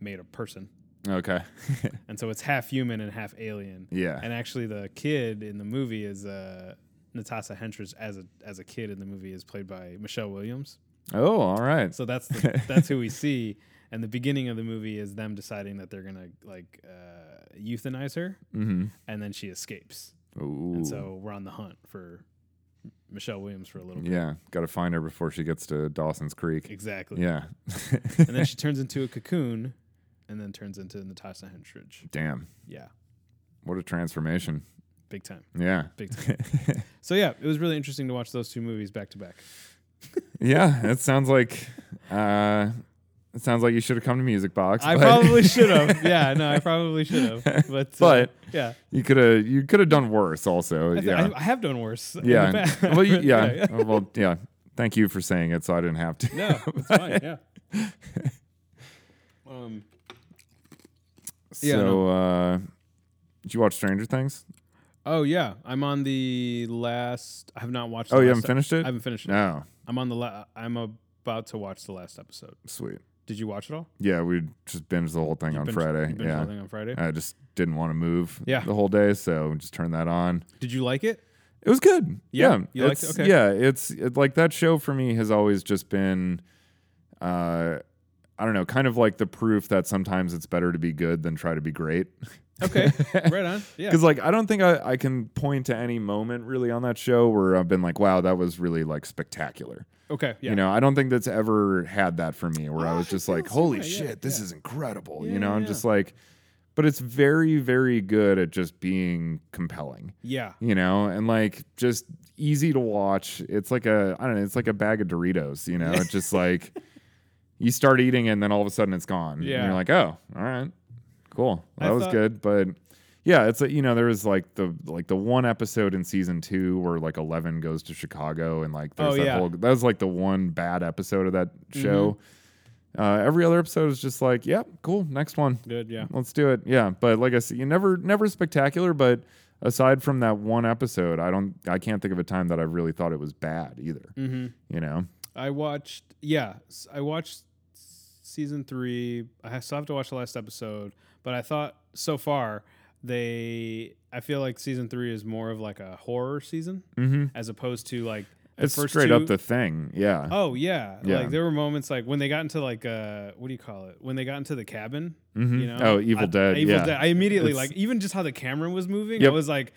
Speaker 1: made a person.
Speaker 2: okay,
Speaker 1: And so it's half human and half alien.
Speaker 2: yeah,
Speaker 1: And actually the kid in the movie is uh Natasha Hentrich as a as a kid in the movie is played by Michelle Williams.
Speaker 2: oh, all right,
Speaker 1: So that's the, that's who we see. And the beginning of the movie is them deciding that they're gonna like uh, euthanize her,
Speaker 2: mm-hmm.
Speaker 1: and then she escapes.
Speaker 2: Ooh.
Speaker 1: And so we're on the hunt for Michelle Williams for a little bit.
Speaker 2: yeah, got to find her before she gets to Dawson's Creek.
Speaker 1: Exactly.
Speaker 2: Yeah,
Speaker 1: And then she turns into a cocoon, and then turns into Natasha Henstridge.
Speaker 2: damn,
Speaker 1: Yeah,
Speaker 2: what a transformation.
Speaker 1: big time,
Speaker 2: Yeah,
Speaker 1: big time. so yeah, it was really interesting to watch those two movies back to back.
Speaker 2: yeah, that sounds like. Uh, it sounds like you should have come to Music Box.
Speaker 1: I
Speaker 2: but-
Speaker 1: probably should have. Yeah, no, I probably should have. But uh,
Speaker 2: But-
Speaker 1: yeah,
Speaker 2: You could have you could have done worse. Also,
Speaker 1: I, th-
Speaker 2: yeah,
Speaker 1: I, I have done worse. in the
Speaker 2: yeah.
Speaker 1: past.
Speaker 2: well, you,
Speaker 1: But,
Speaker 2: yeah. Oh, Well, yeah. Thank you for saying it, so I didn't have to.
Speaker 1: No, it's fine. Yeah. Um,
Speaker 2: so,
Speaker 1: Yeah, no.
Speaker 2: uh, did you watch Stranger Things?
Speaker 1: oh yeah, I'm on the last. I have not watched.
Speaker 2: Oh,
Speaker 1: the
Speaker 2: you
Speaker 1: last
Speaker 2: haven't finished it?
Speaker 1: I haven't finished it.
Speaker 2: No,
Speaker 1: I'm on the. La- I'm about to watch the last episode.
Speaker 2: sweet.
Speaker 1: Did you watch it all?
Speaker 2: Yeah, we just binged the whole thing on
Speaker 1: Binge-
Speaker 2: Friday.
Speaker 1: you binged the
Speaker 2: yeah,
Speaker 1: whole thing on Friday.
Speaker 2: I just didn't want to move.
Speaker 1: Yeah.
Speaker 2: the whole day, so just turned that on.
Speaker 1: Did you like it?
Speaker 2: It was good.
Speaker 1: Yeah?
Speaker 2: Yeah,
Speaker 1: You liked
Speaker 2: it's-
Speaker 1: it? Okay.
Speaker 2: Yeah, it's it, like that show for me has always just been, uh, I don't know, kind of like the proof that sometimes it's better to be good than try to be great.
Speaker 1: Okay, right on. Yeah.
Speaker 2: Because like I don't think I, I can point to any moment really on that show where I've been like, wow, that was really like spectacular.
Speaker 1: Okay. Yeah.
Speaker 2: You know, I don't think that's ever had that for me where I
Speaker 1: Oh,
Speaker 2: was
Speaker 1: I
Speaker 2: just
Speaker 1: feel
Speaker 2: like,
Speaker 1: the same
Speaker 2: holy
Speaker 1: way, yeah,
Speaker 2: shit, this
Speaker 1: yeah.
Speaker 2: is incredible.
Speaker 1: Yeah,
Speaker 2: you know, I'm
Speaker 1: yeah.
Speaker 2: just like, but it's very, very good at just being compelling
Speaker 1: yeah.
Speaker 2: you know, and like just easy to watch. It's like a I don't know, it's like a bag of Doritos, you know. It's just like you start eating it and then all of a sudden it's gone. And
Speaker 1: Yeah.
Speaker 2: you're like, "Oh, all right. Cool.
Speaker 1: I
Speaker 2: That was
Speaker 1: thought-
Speaker 2: good." But yeah, it's like you know, there was like the like the one episode in season 2 where like 11 goes to Chicago and like there's
Speaker 1: Oh,
Speaker 2: that
Speaker 1: yeah.
Speaker 2: whole that was like the one bad episode of that show.
Speaker 1: Mm-hmm.
Speaker 2: Uh, every other episode is just like, "Yep, cool. Next one."
Speaker 1: Good. Yeah.
Speaker 2: Let's do it. Yeah, but like I said, you never never spectacular. But aside from that one episode, I don't I can't think of a time that I really thought it was bad either.
Speaker 1: Mm-hmm.
Speaker 2: You know?
Speaker 1: I watched. Yeah, s- I watched season three. I ha- still have to watch the last episode, but I thought so far they. I feel like season three is more of like a horror season
Speaker 2: Mm-hmm.
Speaker 1: as opposed to like the
Speaker 2: It's
Speaker 1: first
Speaker 2: straight
Speaker 1: two-
Speaker 2: up the thing. Yeah.
Speaker 1: Oh yeah.
Speaker 2: Yeah.
Speaker 1: like there were moments like when they got into like uh what do you call it? When they got into the cabin,
Speaker 2: Mhm.
Speaker 1: you know?
Speaker 2: Oh, Evil
Speaker 1: I-
Speaker 2: Dead,
Speaker 1: Evil
Speaker 2: yeah.
Speaker 1: Dead. I immediately
Speaker 2: It's-
Speaker 1: like even just how the camera was moving, I
Speaker 2: Yep.
Speaker 1: was like,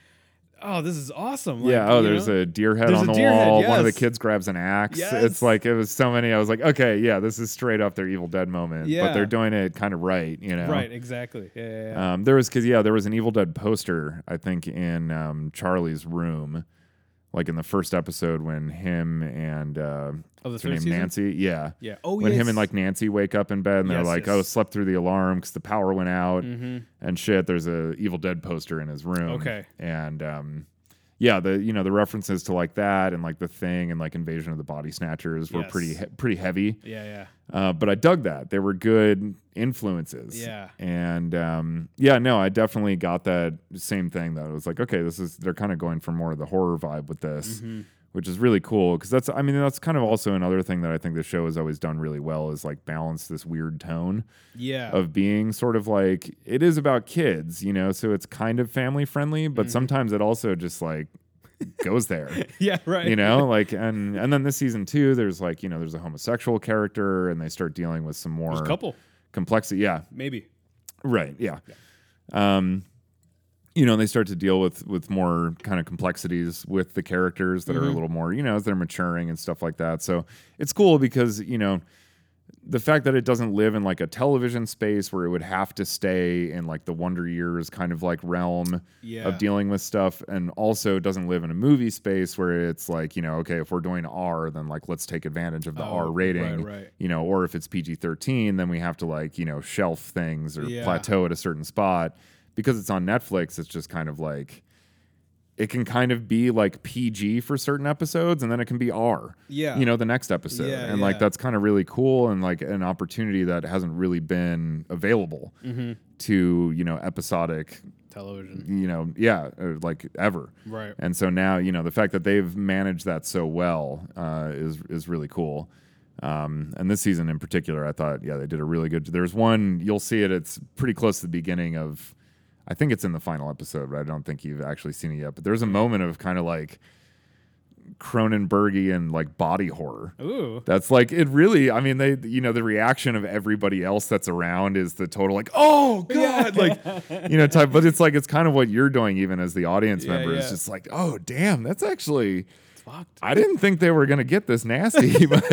Speaker 1: oh, this is awesome. Like,
Speaker 2: yeah. Oh,
Speaker 1: you
Speaker 2: there's
Speaker 1: know?
Speaker 2: a deer head
Speaker 1: There's
Speaker 2: on
Speaker 1: a
Speaker 2: the
Speaker 1: deer head,
Speaker 2: wall. One of the
Speaker 1: yes.
Speaker 2: kids grabs an axe.
Speaker 1: Yes.
Speaker 2: It's like it was so many. I was like, okay, yeah, this is straight up their Evil Dead moment.
Speaker 1: Yeah.
Speaker 2: But they're doing it kind of right. You know?
Speaker 1: right, exactly. Yeah, yeah, yeah.
Speaker 2: Um, there was because yeah, there was an Evil Dead poster I think in um, Charlie's room, like in the first episode when him and uh,
Speaker 1: Of the
Speaker 2: what's her
Speaker 1: third
Speaker 2: name
Speaker 1: season?
Speaker 2: Nancy, yeah,
Speaker 1: yeah. Oh
Speaker 2: when
Speaker 1: yes.
Speaker 2: him and like Nancy wake up in bed and they're
Speaker 1: Yes,
Speaker 2: like,
Speaker 1: yes.
Speaker 2: oh, slept through the alarm because the power went out
Speaker 1: Mhm.
Speaker 2: and shit. There's a Evil Dead poster in his room.
Speaker 1: Okay.
Speaker 2: and um, yeah, the you know the references to like that and like the thing and like Invasion of the Body Snatchers were
Speaker 1: Yes.
Speaker 2: pretty he- pretty heavy.
Speaker 1: Yeah, yeah.
Speaker 2: Uh, but I dug that. They were good influences.
Speaker 1: Yeah.
Speaker 2: And um, yeah, no, I definitely
Speaker 1: Mm-hmm.
Speaker 2: got that same thing that I was like, okay, this is, they're kind of going for more of the horror vibe with this, which is really cool because that's I mean that's kind of also another thing that I think the show has always done really well is like balance this weird tone
Speaker 1: Yeah.
Speaker 2: of being sort of like it is about kids, you know, so it's kind of family friendly,
Speaker 1: Mm-hmm.
Speaker 2: but sometimes it also just like goes there.
Speaker 1: yeah. Right.
Speaker 2: you know like and and then this season two there's like you know there's a homosexual character and they start dealing with some more
Speaker 1: There's a couple,
Speaker 2: complexity yeah
Speaker 1: maybe.
Speaker 2: right yeah, um you know they start to deal with with more kind of complexities with the characters that
Speaker 1: Mm-hmm.
Speaker 2: are a little more you know as they're maturing and stuff like that so it's cool because you know the fact that it doesn't live in like a television space where it would have to stay in like the wonder years kind of like realm
Speaker 1: Yeah.
Speaker 2: of dealing with stuff and also doesn't live in a movie space where it's like you know okay if we're doing r then like let's take advantage of the
Speaker 1: Oh,
Speaker 2: r rating
Speaker 1: right, right.
Speaker 2: you know or if it's pg-13 then we have to like you know shelf things or
Speaker 1: Yeah.
Speaker 2: plateau at a certain spot because it's on netflix it's just kind of like it can kind of be like pg for certain episodes and then it can be r
Speaker 1: Yeah.
Speaker 2: you know the next episode
Speaker 1: Yeah,
Speaker 2: and like
Speaker 1: yeah.
Speaker 2: that's kind of really cool and like an opportunity that hasn't really been available
Speaker 1: Mm-hmm.
Speaker 2: to you know episodic
Speaker 1: television.
Speaker 2: you know, yeah, uh, like ever.
Speaker 1: Right.
Speaker 2: And so now, you know, the fact that they've managed that so well uh, is is really cool. Um, and this season in particular, I thought, yeah, they did a really good. There's one you'll see it. It's pretty close to the beginning of. I think it's in the final episode, but I don't think you've actually seen it yet. But there's a moment of kind of like Cronenbergian like body horror.
Speaker 1: Ooh.
Speaker 2: That's like it really. I mean, they you know the reaction of everybody else that's around is the total like oh god like you know type. But it's like it's kind of what you're doing even as the audience
Speaker 1: Yeah,
Speaker 2: member
Speaker 1: yeah.
Speaker 2: is just like oh damn that's actually
Speaker 1: Fucked.
Speaker 2: I didn't think they were gonna get this nasty, but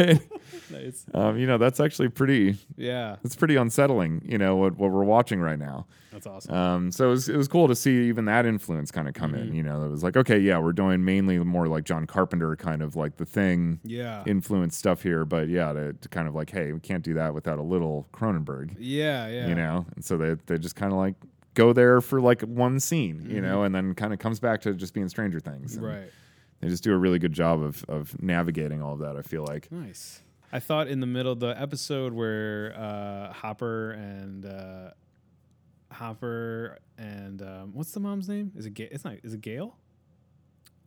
Speaker 1: Nice.
Speaker 2: um, you know that's actually pretty
Speaker 1: Yeah.
Speaker 2: it's pretty unsettling. You know what what we're watching right now.
Speaker 1: That's awesome.
Speaker 2: Um, so it was, it was cool to see even that influence kind of come
Speaker 1: Mm-hmm.
Speaker 2: in. You know, it was like okay yeah we're doing mainly more like John Carpenter kind of like the thing
Speaker 1: Yeah.
Speaker 2: influence stuff here, but yeah, to, to kind of like, hey, we can't do that without a little Cronenberg,
Speaker 1: yeah. Yeah.
Speaker 2: you know? And so they, they just kind of like go there for like one scene, you know, and then kind of comes back to just being Stranger Things. And
Speaker 1: Mm-hmm. Right.
Speaker 2: They just do a really good job of, of navigating all of that, I feel like.
Speaker 1: Nice. I thought in the middle of the episode where uh, Hopper and uh, Hopper and um, what's the mom's name? Is it Ga- it's not is it Gail?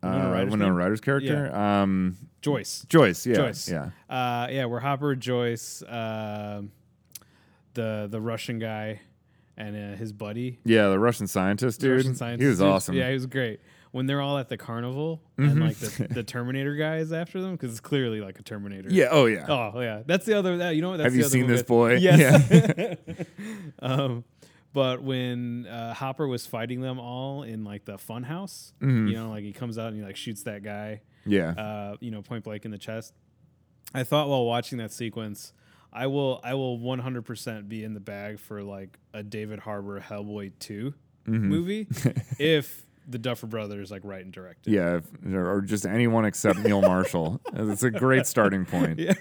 Speaker 1: Winona
Speaker 2: Uh,
Speaker 1: Ryder's
Speaker 2: Winona
Speaker 1: name?
Speaker 2: Ryder's character? Um,
Speaker 1: Joyce.
Speaker 2: Joyce, yeah.
Speaker 1: Joyce.
Speaker 2: Yeah.
Speaker 1: Uh, yeah, where Hopper, Joyce, um the the Russian guy, and uh, his buddy,
Speaker 2: Yeah, the Russian scientist,
Speaker 1: the
Speaker 2: dude.
Speaker 1: Russian scientist.
Speaker 2: he was
Speaker 1: dude.
Speaker 2: awesome. Mm-hmm.
Speaker 1: Yeah, he was great. When they're all at the carnival and like the, the Terminator guy is after them because it's clearly like a Terminator.
Speaker 2: Yeah, oh yeah.
Speaker 1: Oh yeah, that's the other. That, you know what? That's
Speaker 2: Have
Speaker 1: the
Speaker 2: you
Speaker 1: other
Speaker 2: seen
Speaker 1: movie
Speaker 2: this
Speaker 1: I-
Speaker 2: boy?
Speaker 1: Yes. um, but when uh, Hopper was fighting them all in like the fun house,
Speaker 2: Mm-hmm.
Speaker 1: you know, like he comes out and he like shoots that guy,
Speaker 2: Yeah.
Speaker 1: uh, you know, point blank in the chest. I thought while watching that sequence, I will I will 100% be in the bag for like a David Harbour Hellboy 2
Speaker 2: Mm-hmm. Hmm.
Speaker 1: movie if the Duffer Brothers like write and direct it.
Speaker 2: Yeah, if- or just anyone except Neil Marshall. It's a great starting point for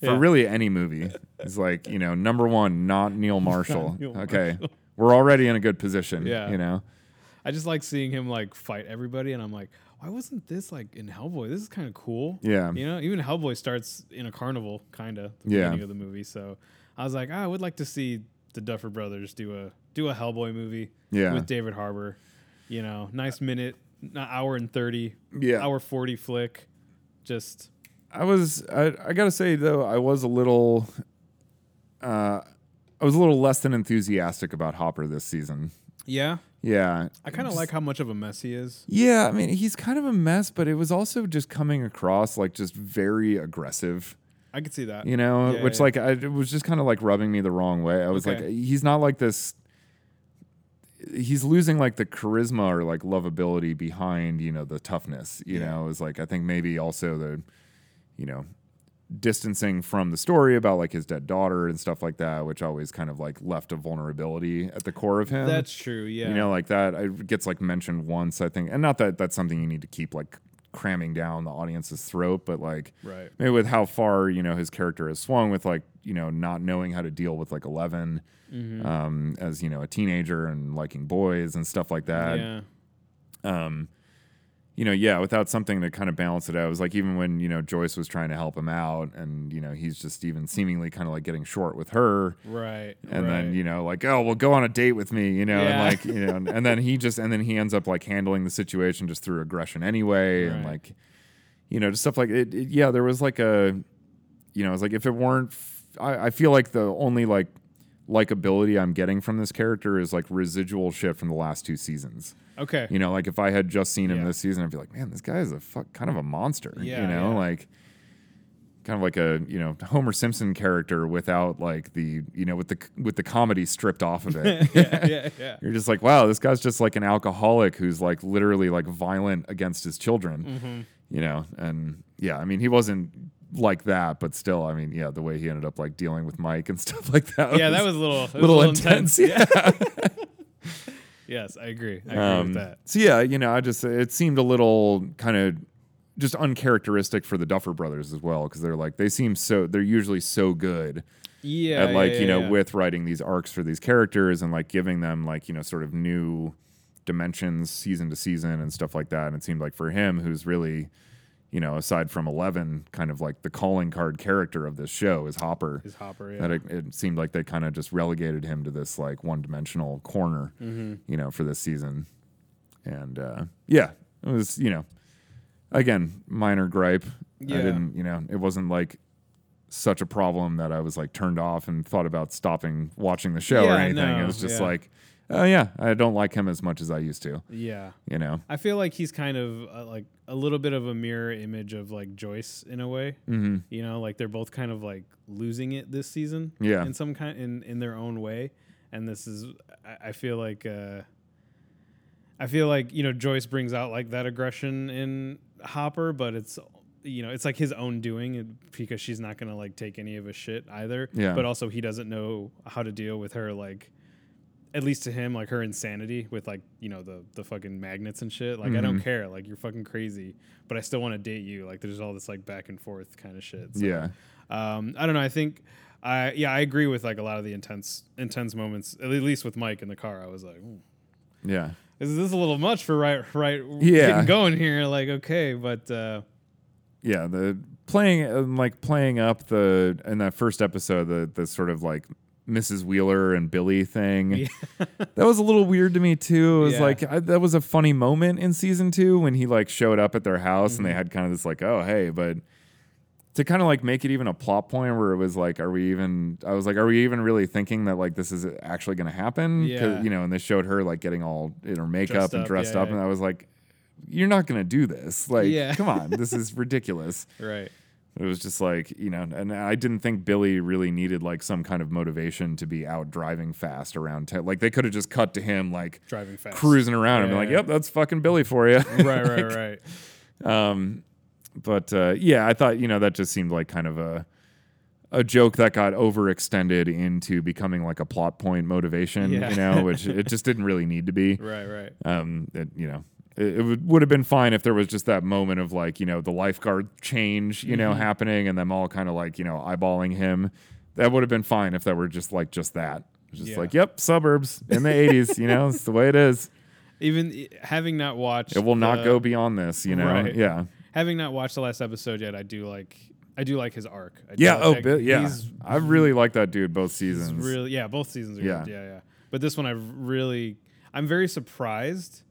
Speaker 1: Yeah.
Speaker 2: really any movie. It's like you know, number one, not Neil Marshall.
Speaker 1: Neil
Speaker 2: okay, we're already in a good position.
Speaker 1: Yeah.
Speaker 2: you know,
Speaker 1: I just like seeing him like fight everybody, and I'm like, why wasn't this like in Hellboy? This is kind of cool.
Speaker 2: Yeah.
Speaker 1: you know, even Hellboy starts in a carnival, kind of the
Speaker 2: Yeah.
Speaker 1: beginning of the movie. So I was like, ah, I would like to see the Duffer Brothers do a do a Hellboy movie.
Speaker 2: Yeah.
Speaker 1: with David Harbour. You know, nice minute, an hour and thirty,
Speaker 2: Yeah.
Speaker 1: hour forty flick. Just
Speaker 2: I was I, I gotta say though I was a little, uh, I was a little less than enthusiastic about Hopper this season.
Speaker 1: yeah,
Speaker 2: Yeah,
Speaker 1: I kind of like how much of a mess he is.
Speaker 2: Yeah, I mean he's kind of a mess, but it was also just coming across like just very aggressive.
Speaker 1: I could see that.
Speaker 2: you know,
Speaker 1: Yeah,
Speaker 2: which
Speaker 1: yeah.
Speaker 2: like I, it was just kind of like rubbing me the wrong way. I was
Speaker 1: Okay.
Speaker 2: like, he's not like this. He's losing like the charisma or like lovability behind you know the toughness. You
Speaker 1: Yeah.
Speaker 2: know, it was like I think maybe also the, you know, distancing from the story about like his dead daughter and stuff like that, which always kind of like left a vulnerability at the core of him.
Speaker 1: That's true. Yeah,
Speaker 2: You know, like that it gets like mentioned once, I think, and not that that's something you need to keep like cramming down the audience's throat, but like
Speaker 1: right.
Speaker 2: maybe with how far you know his character has swung with like you know not knowing how to deal with like 11 um, as you know a teenager and liking boys and stuff like that
Speaker 1: yeah,
Speaker 2: um, you know yeah without something to kind of balance it out it was like even when you know joyce was trying to help him out and you know he's just even seemingly kind of like getting short with her
Speaker 1: right.
Speaker 2: and
Speaker 1: right.
Speaker 2: then you know like oh well go on a date with me you know
Speaker 1: Yeah.
Speaker 2: and like you know and, and then he just and then he ends up like handling the situation just through aggression anyway and
Speaker 1: Right.
Speaker 2: like you know, just stuff like it, it- Yeah, there was like a, you know, it's like if it weren't, f- I, I feel like the only like likability I'm getting from this character is like residual shit from the last two seasons.
Speaker 1: Okay.
Speaker 2: You know, like if I had just seen him
Speaker 1: Yeah.
Speaker 2: this season, I'd be like, man, this guy is a fuck, kind of a monster. you
Speaker 1: Yeah,
Speaker 2: know,
Speaker 1: yeah.
Speaker 2: like kind of like a you know Homer Simpson character without like the you know with the with the comedy stripped off of it.
Speaker 1: yeah, yeah, yeah.
Speaker 2: You're just like, wow, this guy's just like an alcoholic who's like literally like violent against his children.
Speaker 1: Mm-hmm.
Speaker 2: You know, and yeah, I mean, he wasn't like that, but still, I mean, yeah, the way he ended up like dealing with Mike and stuff like that.
Speaker 1: Yeah, that was a little, it was a
Speaker 2: little intense. Yeah.
Speaker 1: Yes, I agree. I agree
Speaker 2: Um,
Speaker 1: with that.
Speaker 2: So yeah, you know, I just it seemed a little kind of just uncharacteristic for the Duffer Brothers as well because they're like they seem so they're usually so good
Speaker 1: Yeah.
Speaker 2: at like
Speaker 1: yeah,
Speaker 2: you know
Speaker 1: yeah.
Speaker 2: with writing these arcs for these characters and like giving them like you know sort of new dimensions season to season and stuff like that. And it seemed like for him, who's really you know aside from Eleven, kind of like the calling card character of this show is Hopper.
Speaker 1: his Hopper. Yeah.
Speaker 2: That it, it seemed like they kind of just relegated him to this like one dimensional corner,
Speaker 1: Mm-hmm.
Speaker 2: you know, for this season. And uh, yeah, it was, you know, again, minor gripe. I
Speaker 1: Yeah.
Speaker 2: didn't, you know, it wasn't like such a problem that I was like turned off and thought about stopping watching the show or
Speaker 1: Yeah,
Speaker 2: anything. it
Speaker 1: no,
Speaker 2: was just
Speaker 1: yeah.
Speaker 2: like, oh yeah, I don't like him as much as I used to,
Speaker 1: yeah.
Speaker 2: you know.
Speaker 1: I feel like he's kind of uh, like a little bit of a mirror image of like Joyce in a way.
Speaker 2: Mm-hmm.
Speaker 1: You know, like they're both kind of like losing it this season.
Speaker 2: Yeah.
Speaker 1: In some kind in in their own way, and this is I, I feel like uh I feel like you know Joyce brings out like that aggression in Hopper, but it's you know it's like his own doing because she's not gonna like take any of a shit either.
Speaker 2: Yeah.
Speaker 1: But also he doesn't know how to deal with her like at least to him, like her insanity with like you know the the fucking magnets and shit. Like I
Speaker 2: Mm-hmm.
Speaker 1: don't care, like you're fucking crazy, but I still want to date you. Like there's all this like back and forth kind of shit. So,
Speaker 2: Yeah.
Speaker 1: Um, I don't know. I think I yeah I agree with like a lot of the intense intense moments. At least with Mike in the car, I was like, "Ooh,
Speaker 2: Yeah.
Speaker 1: this is this a little much for right right
Speaker 2: Yeah.
Speaker 1: getting going here. Like okay, but uh,
Speaker 2: yeah the playing um, like playing up the in that first episode the the sort of like mrs wheeler and billy thing that was a little weird to me too it was
Speaker 1: Yeah.
Speaker 2: like I, that was a funny moment in season two when he like showed up at their house and they
Speaker 1: Mm-hmm.
Speaker 2: had kind of this like oh hey but to kind of like make it even a plot point where it was like are we even i was like are we even really thinking that like this is actually going to happen 'Cause,
Speaker 1: Yeah.
Speaker 2: you know and they showed her like getting all in her makeup
Speaker 1: Dressed
Speaker 2: and
Speaker 1: up,
Speaker 2: dressed
Speaker 1: yeah,
Speaker 2: up
Speaker 1: yeah.
Speaker 2: and i was like you're not going to do this like
Speaker 1: Yeah.
Speaker 2: come on this is ridiculous
Speaker 1: right.
Speaker 2: it was just like, you know, and I didn't think Billy really needed like some kind of motivation to be out driving fast around town. Like they could have just cut to him like
Speaker 1: Driving fast.
Speaker 2: cruising around and be
Speaker 1: Yeah,
Speaker 2: like,
Speaker 1: yeah.
Speaker 2: yep, that's fucking Billy for you.
Speaker 1: Right, right, right.
Speaker 2: um, but uh, yeah, I thought, you know, that just seemed like kind of a a joke that got overextended into becoming like a plot point motivation,
Speaker 1: Yeah.
Speaker 2: you know, which it just didn't really need to be
Speaker 1: Right, right.
Speaker 2: um, it, you know, it, it would, would have been fine if there was just that moment of like, you know, the lifeguard change, you
Speaker 1: Mm-hmm.
Speaker 2: know, happening and them all kind of like, you know, eyeballing him. That would have been fine if that were just like just that. It's Just
Speaker 1: Yeah.
Speaker 2: like, yep, suburbs in the 80s, you know, it's the way it is.
Speaker 1: Even eh, having not watched,
Speaker 2: It will not
Speaker 1: the-
Speaker 2: go beyond this, you know.
Speaker 1: uh, Right.
Speaker 2: Yeah.
Speaker 1: Having not watched the last episode yet, I do like I do like his arc. I do
Speaker 2: Yeah.
Speaker 1: like
Speaker 2: Oh,
Speaker 1: that-
Speaker 2: Bi- yeah.
Speaker 1: he's
Speaker 2: I really like that dude both seasons.
Speaker 1: really yeah. Both seasons are
Speaker 2: Yeah.
Speaker 1: good. Yeah, yeah. But this one, I really I'm very surprised,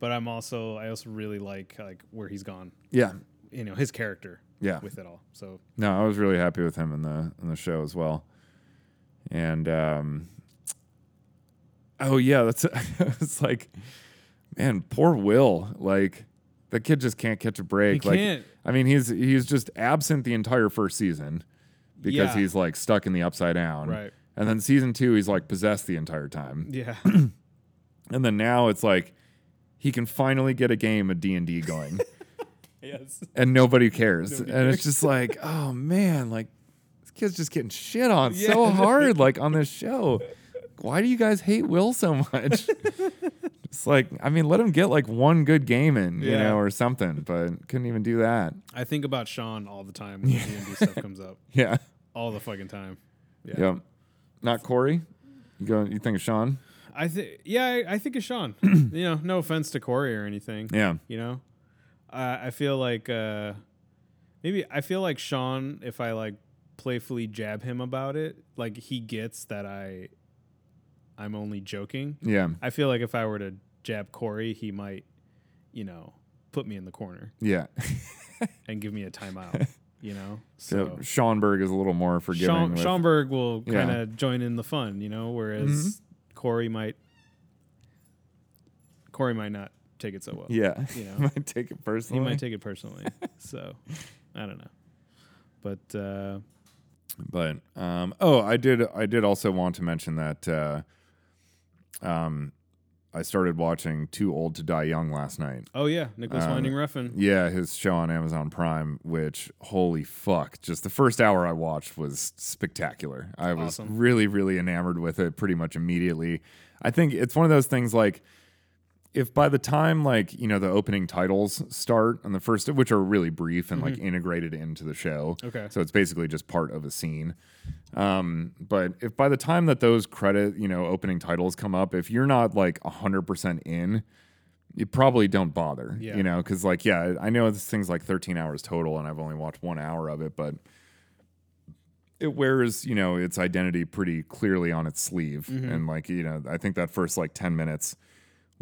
Speaker 1: but I'm also I also really like like where he's gone.
Speaker 2: yeah.
Speaker 1: You know his character
Speaker 2: Yeah.
Speaker 1: with it all. So
Speaker 2: No, I was really happy with him in the in the show as well. And um Oh yeah, that's it's like man, poor Will. Like the kid just can't catch a break.
Speaker 1: He
Speaker 2: like
Speaker 1: can't.
Speaker 2: I mean, he's he's just absent the entire first season because
Speaker 1: Yeah.
Speaker 2: he's like stuck in the upside down.
Speaker 1: Right.
Speaker 2: And then season 2 he's like possessed the entire time.
Speaker 1: yeah,
Speaker 2: And then now it's like he can finally get a game of D&D going
Speaker 1: yes,
Speaker 2: and nobody cares. and it's just like, oh man, like this kid's just getting shit on so
Speaker 1: Yeah.
Speaker 2: hard, like on this show. Why do you guys hate Will so much? It's like, I mean, let him get like one good game in, you
Speaker 1: Yeah.
Speaker 2: know, or something, but couldn't even do that.
Speaker 1: I think about Sean all the time when the D&D stuff comes up,
Speaker 2: Yeah.
Speaker 1: all the fucking time.
Speaker 2: Yep. Not Corey. You go you think of Sean?
Speaker 1: I think yeah, I, I think of Sean. you know, no offense to Corey or anything.
Speaker 2: Yeah.
Speaker 1: You know, uh, I feel like uh, maybe I feel like Sean. If I like playfully jab him about it, like he gets that I, I'm only joking.
Speaker 2: Yeah.
Speaker 1: I feel like if I were to jab Corey, he might, you know, put me in the corner.
Speaker 2: Yeah.
Speaker 1: and give me a timeout. You know,
Speaker 2: So
Speaker 1: so
Speaker 2: Schonberg is a little more forgiving.
Speaker 1: Schaum-
Speaker 2: with-
Speaker 1: Schaumburg will
Speaker 2: Yeah.
Speaker 1: kind of join in the fun, you know, whereas Corey might Corey might not take it so well.
Speaker 2: yeah,
Speaker 1: you know.
Speaker 2: might take it
Speaker 1: He
Speaker 2: personally.
Speaker 1: might take it personally. so I don't know, but uh,
Speaker 2: but um, oh, I did. I did also want to mention that uh, um, I started watching Too Old to Die Young last night.
Speaker 1: oh yeah, Nicholas
Speaker 2: Um,
Speaker 1: Winding Refn.
Speaker 2: Yeah, his show on Amazon Prime, which holy fuck, just the first hour I watched was spectacular. I was
Speaker 1: Awesome.
Speaker 2: really, really enamored with it pretty much immediately. I think it's one of those things like if by the time like, you know, the opening titles start and the first which are really brief and like integrated into the show.
Speaker 1: Mm-hmm. Okay.
Speaker 2: So it's basically just part of a scene. Um, but if by the time that those credit, you know, opening titles come up, if you're not like 100% in, you probably don't bother,
Speaker 1: Yeah.
Speaker 2: you know, because like, yeah, I know this thing's like 13 hours total and I've only watched one hour of it, but it wears, you know, its identity pretty clearly on its sleeve.
Speaker 1: Mm-hmm.
Speaker 2: And like, you know, I think that first like 10 minutes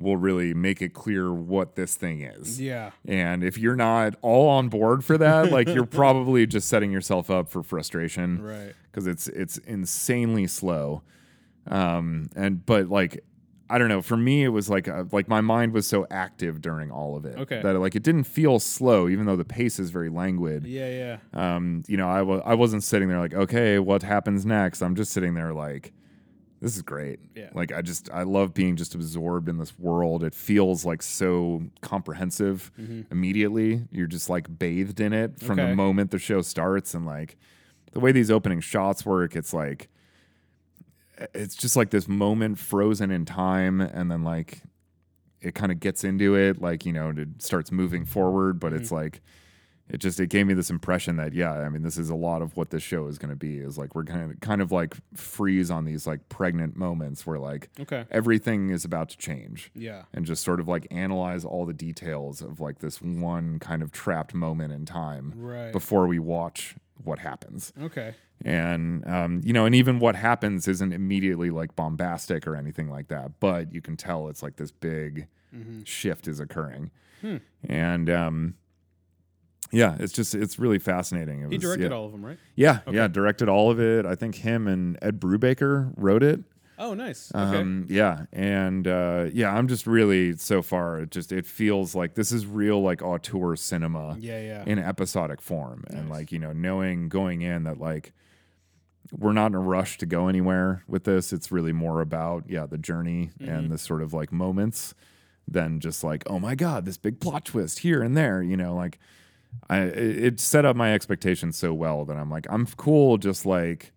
Speaker 2: will really make it clear what this thing is.
Speaker 1: Yeah,
Speaker 2: And if you're not all on board for that, like you're probably just setting yourself up for frustration
Speaker 1: right.
Speaker 2: because it's it's insanely slow. Um, and but like I don't know, for me it was like a, like my mind was so active during all of it
Speaker 1: Okay.
Speaker 2: that like it didn't feel slow, even though the pace is very languid.
Speaker 1: Yeah, yeah.
Speaker 2: Um, you know, I was I wasn't sitting there like, okay, what happens next? I'm just sitting there like. This is great.
Speaker 1: Yeah.
Speaker 2: Like I just I love being just absorbed in this world. It feels like so comprehensive
Speaker 1: Mm-hmm.
Speaker 2: immediately. You're just like bathed in it from
Speaker 1: Okay.
Speaker 2: the moment the show starts and like the way these opening shots work, it's like it's just like this moment frozen in time and then like it kind of gets into it like you know it starts moving forward but it's like it just it gave me this impression that yeah i mean this is a lot of what this show is going to be is like we're going to kind of like freeze on these like pregnant moments where like
Speaker 1: Okay.
Speaker 2: everything is about to change
Speaker 1: Yeah.
Speaker 2: and just sort of like analyze all the details of like this one kind of trapped moment in time
Speaker 1: Right.
Speaker 2: before we watch what happens
Speaker 1: Okay.
Speaker 2: and um, you know, and even what happens isn't immediately like bombastic or anything like that, but you can tell it's like this big
Speaker 1: Mm-hmm.
Speaker 2: shift is occurring,
Speaker 1: Hmm.
Speaker 2: and um, yeah, it's just it's really fascinating. It
Speaker 1: He
Speaker 2: was-
Speaker 1: directed
Speaker 2: yeah.
Speaker 1: all of them, right?
Speaker 2: yeah, yeah, directed all of it. I think him and Ed Brubaker wrote it.
Speaker 1: Oh, nice. Okay.
Speaker 2: Um, yeah, and uh, yeah, I'm just really so far. It just it feels like this is real like auteur cinema
Speaker 1: yeah, yeah.
Speaker 2: in episodic form and like you know knowing going in that like we're not in a rush to go anywhere with this it's really more about yeah the journey
Speaker 1: Mm-hmm.
Speaker 2: and the sort of like moments than just like oh my god this big plot twist here and there you know like i it it set up my expectations so well that i'm like i'm cool just like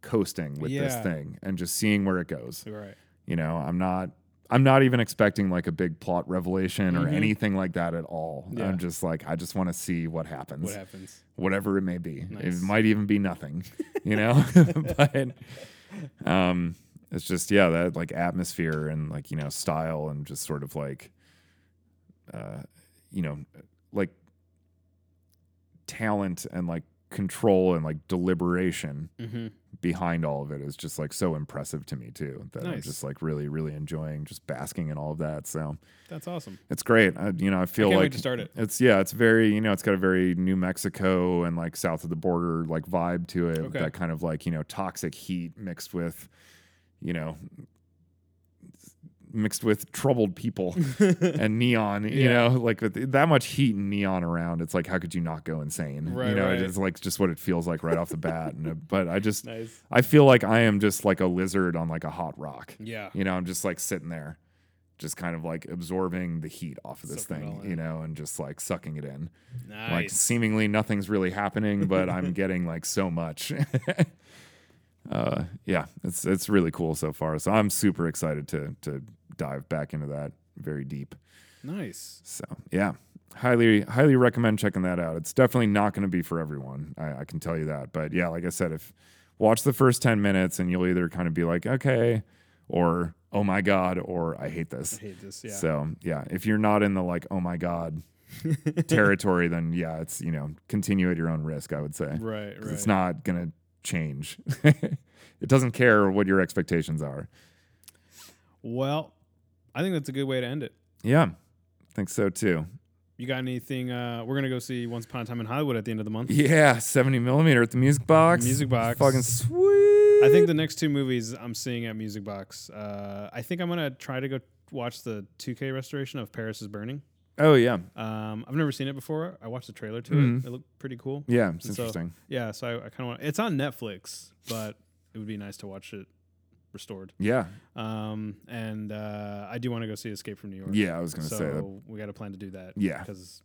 Speaker 2: coasting with this
Speaker 1: Yeah.
Speaker 2: thing and just seeing where it goes
Speaker 1: right.
Speaker 2: you know i'm not i'm not even expecting like a big plot revelation or anything like that at all
Speaker 1: Mm-hmm. Yeah.
Speaker 2: i'm just like i just want to see what happens
Speaker 1: What happens?
Speaker 2: whatever it may be
Speaker 1: Nice.
Speaker 2: it might even be nothing you know but um it's just yeah that like atmosphere and like you know style and just sort of like uh you know like talent and like control and like deliberation
Speaker 1: Mm-hmm.
Speaker 2: behind all of it is just like so impressive to me too that I'm
Speaker 1: Nice.
Speaker 2: just like really really enjoying just basking in all of that so
Speaker 1: That's awesome.
Speaker 2: it's great I, you know I feel
Speaker 1: can't wait
Speaker 2: like
Speaker 1: to start it.
Speaker 2: it's yeah it's very you know it's got a very New Mexico and like south of the border like vibe to it
Speaker 1: Okay.
Speaker 2: that kind of like you know toxic heat mixed with you know mixed with troubled people and neon you
Speaker 1: Yeah.
Speaker 2: know like with that much heat and neon around it's like how could you not go insane you
Speaker 1: Right,
Speaker 2: know
Speaker 1: right.
Speaker 2: it's like just what it feels like right off the bat and uh, but I just
Speaker 1: Nice.
Speaker 2: I feel like I am just like a lizard on like a hot rock.
Speaker 1: Yeah.
Speaker 2: You know, I'm just like sitting there, just kind of like absorbing the heat off of this
Speaker 1: Soaking it all
Speaker 2: thing,
Speaker 1: in.
Speaker 2: you know, and just like sucking it in. Like
Speaker 1: Nice.
Speaker 2: seemingly nothing's really happening, but I'm getting like so much. uh yeah, it's it's really cool so far. So I'm super excited to to dive back into that very deep.
Speaker 1: nice.
Speaker 2: So yeah, highly highly recommend checking that out. It's definitely not going to be for everyone. I, I can tell you that. But yeah, like I said, if watch the first ten minutes and you'll either kind of be like okay, or oh my god, or I hate this.
Speaker 1: I hate this. Yeah.
Speaker 2: So yeah, if you're not in the like oh my god territory, then yeah, it's you know continue at your own risk. I would say
Speaker 1: right. Right.
Speaker 2: 'Cause it's not going to change. it doesn't care what your expectations are.
Speaker 1: Well, I think that's a good way to end it.
Speaker 2: Yeah, I think so too.
Speaker 1: You got anything? Uh, we're gonna go see Once Upon a Time in Hollywood at the end of the month.
Speaker 2: Yeah, 70 millimeter at the music box.
Speaker 1: Music Box.
Speaker 2: Fucking sweet.
Speaker 1: I think the next two movies I'm seeing at Music Box. Uh, I think I'm gonna try to go watch the 2K restoration of Paris is Burning.
Speaker 2: Oh, yeah.
Speaker 1: Um, I've never seen it before. I watched the trailer to
Speaker 2: Mhm.
Speaker 1: it. It looked pretty cool.
Speaker 2: Yeah, it's
Speaker 1: And so-
Speaker 2: interesting.
Speaker 1: Yeah, so I, I kind of want. It's on Netflix, but it would be nice to watch it restored.
Speaker 2: Yeah.
Speaker 1: Um, and uh, I do want to go see Escape from New York.
Speaker 2: Yeah, I was going to
Speaker 1: so
Speaker 2: say that.
Speaker 1: we got to plan to do that.
Speaker 2: Yeah.
Speaker 1: because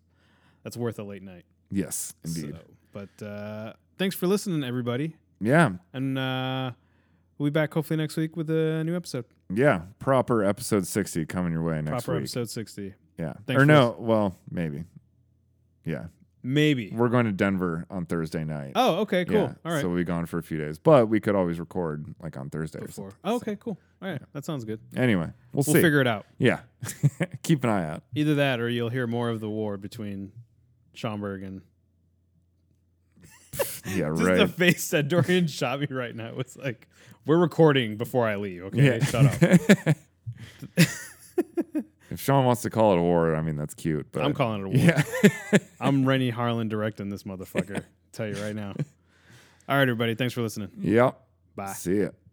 Speaker 1: that's worth a late night.
Speaker 2: Yes, indeed.
Speaker 1: So, but uh, thanks for listening, everybody,
Speaker 2: Yeah.
Speaker 1: and uh, we'll be back hopefully next week with a new episode.
Speaker 2: Yeah. Proper episode 60 coming your way next
Speaker 1: Proper
Speaker 2: week.
Speaker 1: episode sixty,
Speaker 2: Yeah.
Speaker 1: Thanks for
Speaker 2: or no, well, maybe. Yeah.
Speaker 1: maybe.
Speaker 2: We're going to Denver on Thursday night.
Speaker 1: oh, okay, cool.
Speaker 2: Yeah,
Speaker 1: All right.
Speaker 2: So we'll be gone for a few days, but we could always record like on Thursday. Or
Speaker 1: Before.
Speaker 2: something.
Speaker 1: Oh, okay, cool. All right, that sounds good.
Speaker 2: Anyway, we'll,
Speaker 1: We'll
Speaker 2: see.
Speaker 1: figure it out.
Speaker 2: yeah. Keep an eye out.
Speaker 1: Either that, or you'll hear more of the war between Schomburg and.
Speaker 2: Yeah,
Speaker 1: Just
Speaker 2: right.
Speaker 1: the face that Dorian shot me right now was like, "We're recording before I leave." Okay,
Speaker 2: yeah.
Speaker 1: shut up.
Speaker 2: if Sean wants to call it a war, I mean that's cute. But
Speaker 1: I'm calling it a war.
Speaker 2: Yeah.
Speaker 1: I'm Rennie Harlan directing this motherfucker. tell you right now. All right, everybody. Thanks for listening.
Speaker 2: yep.
Speaker 1: Bye.
Speaker 2: See ya.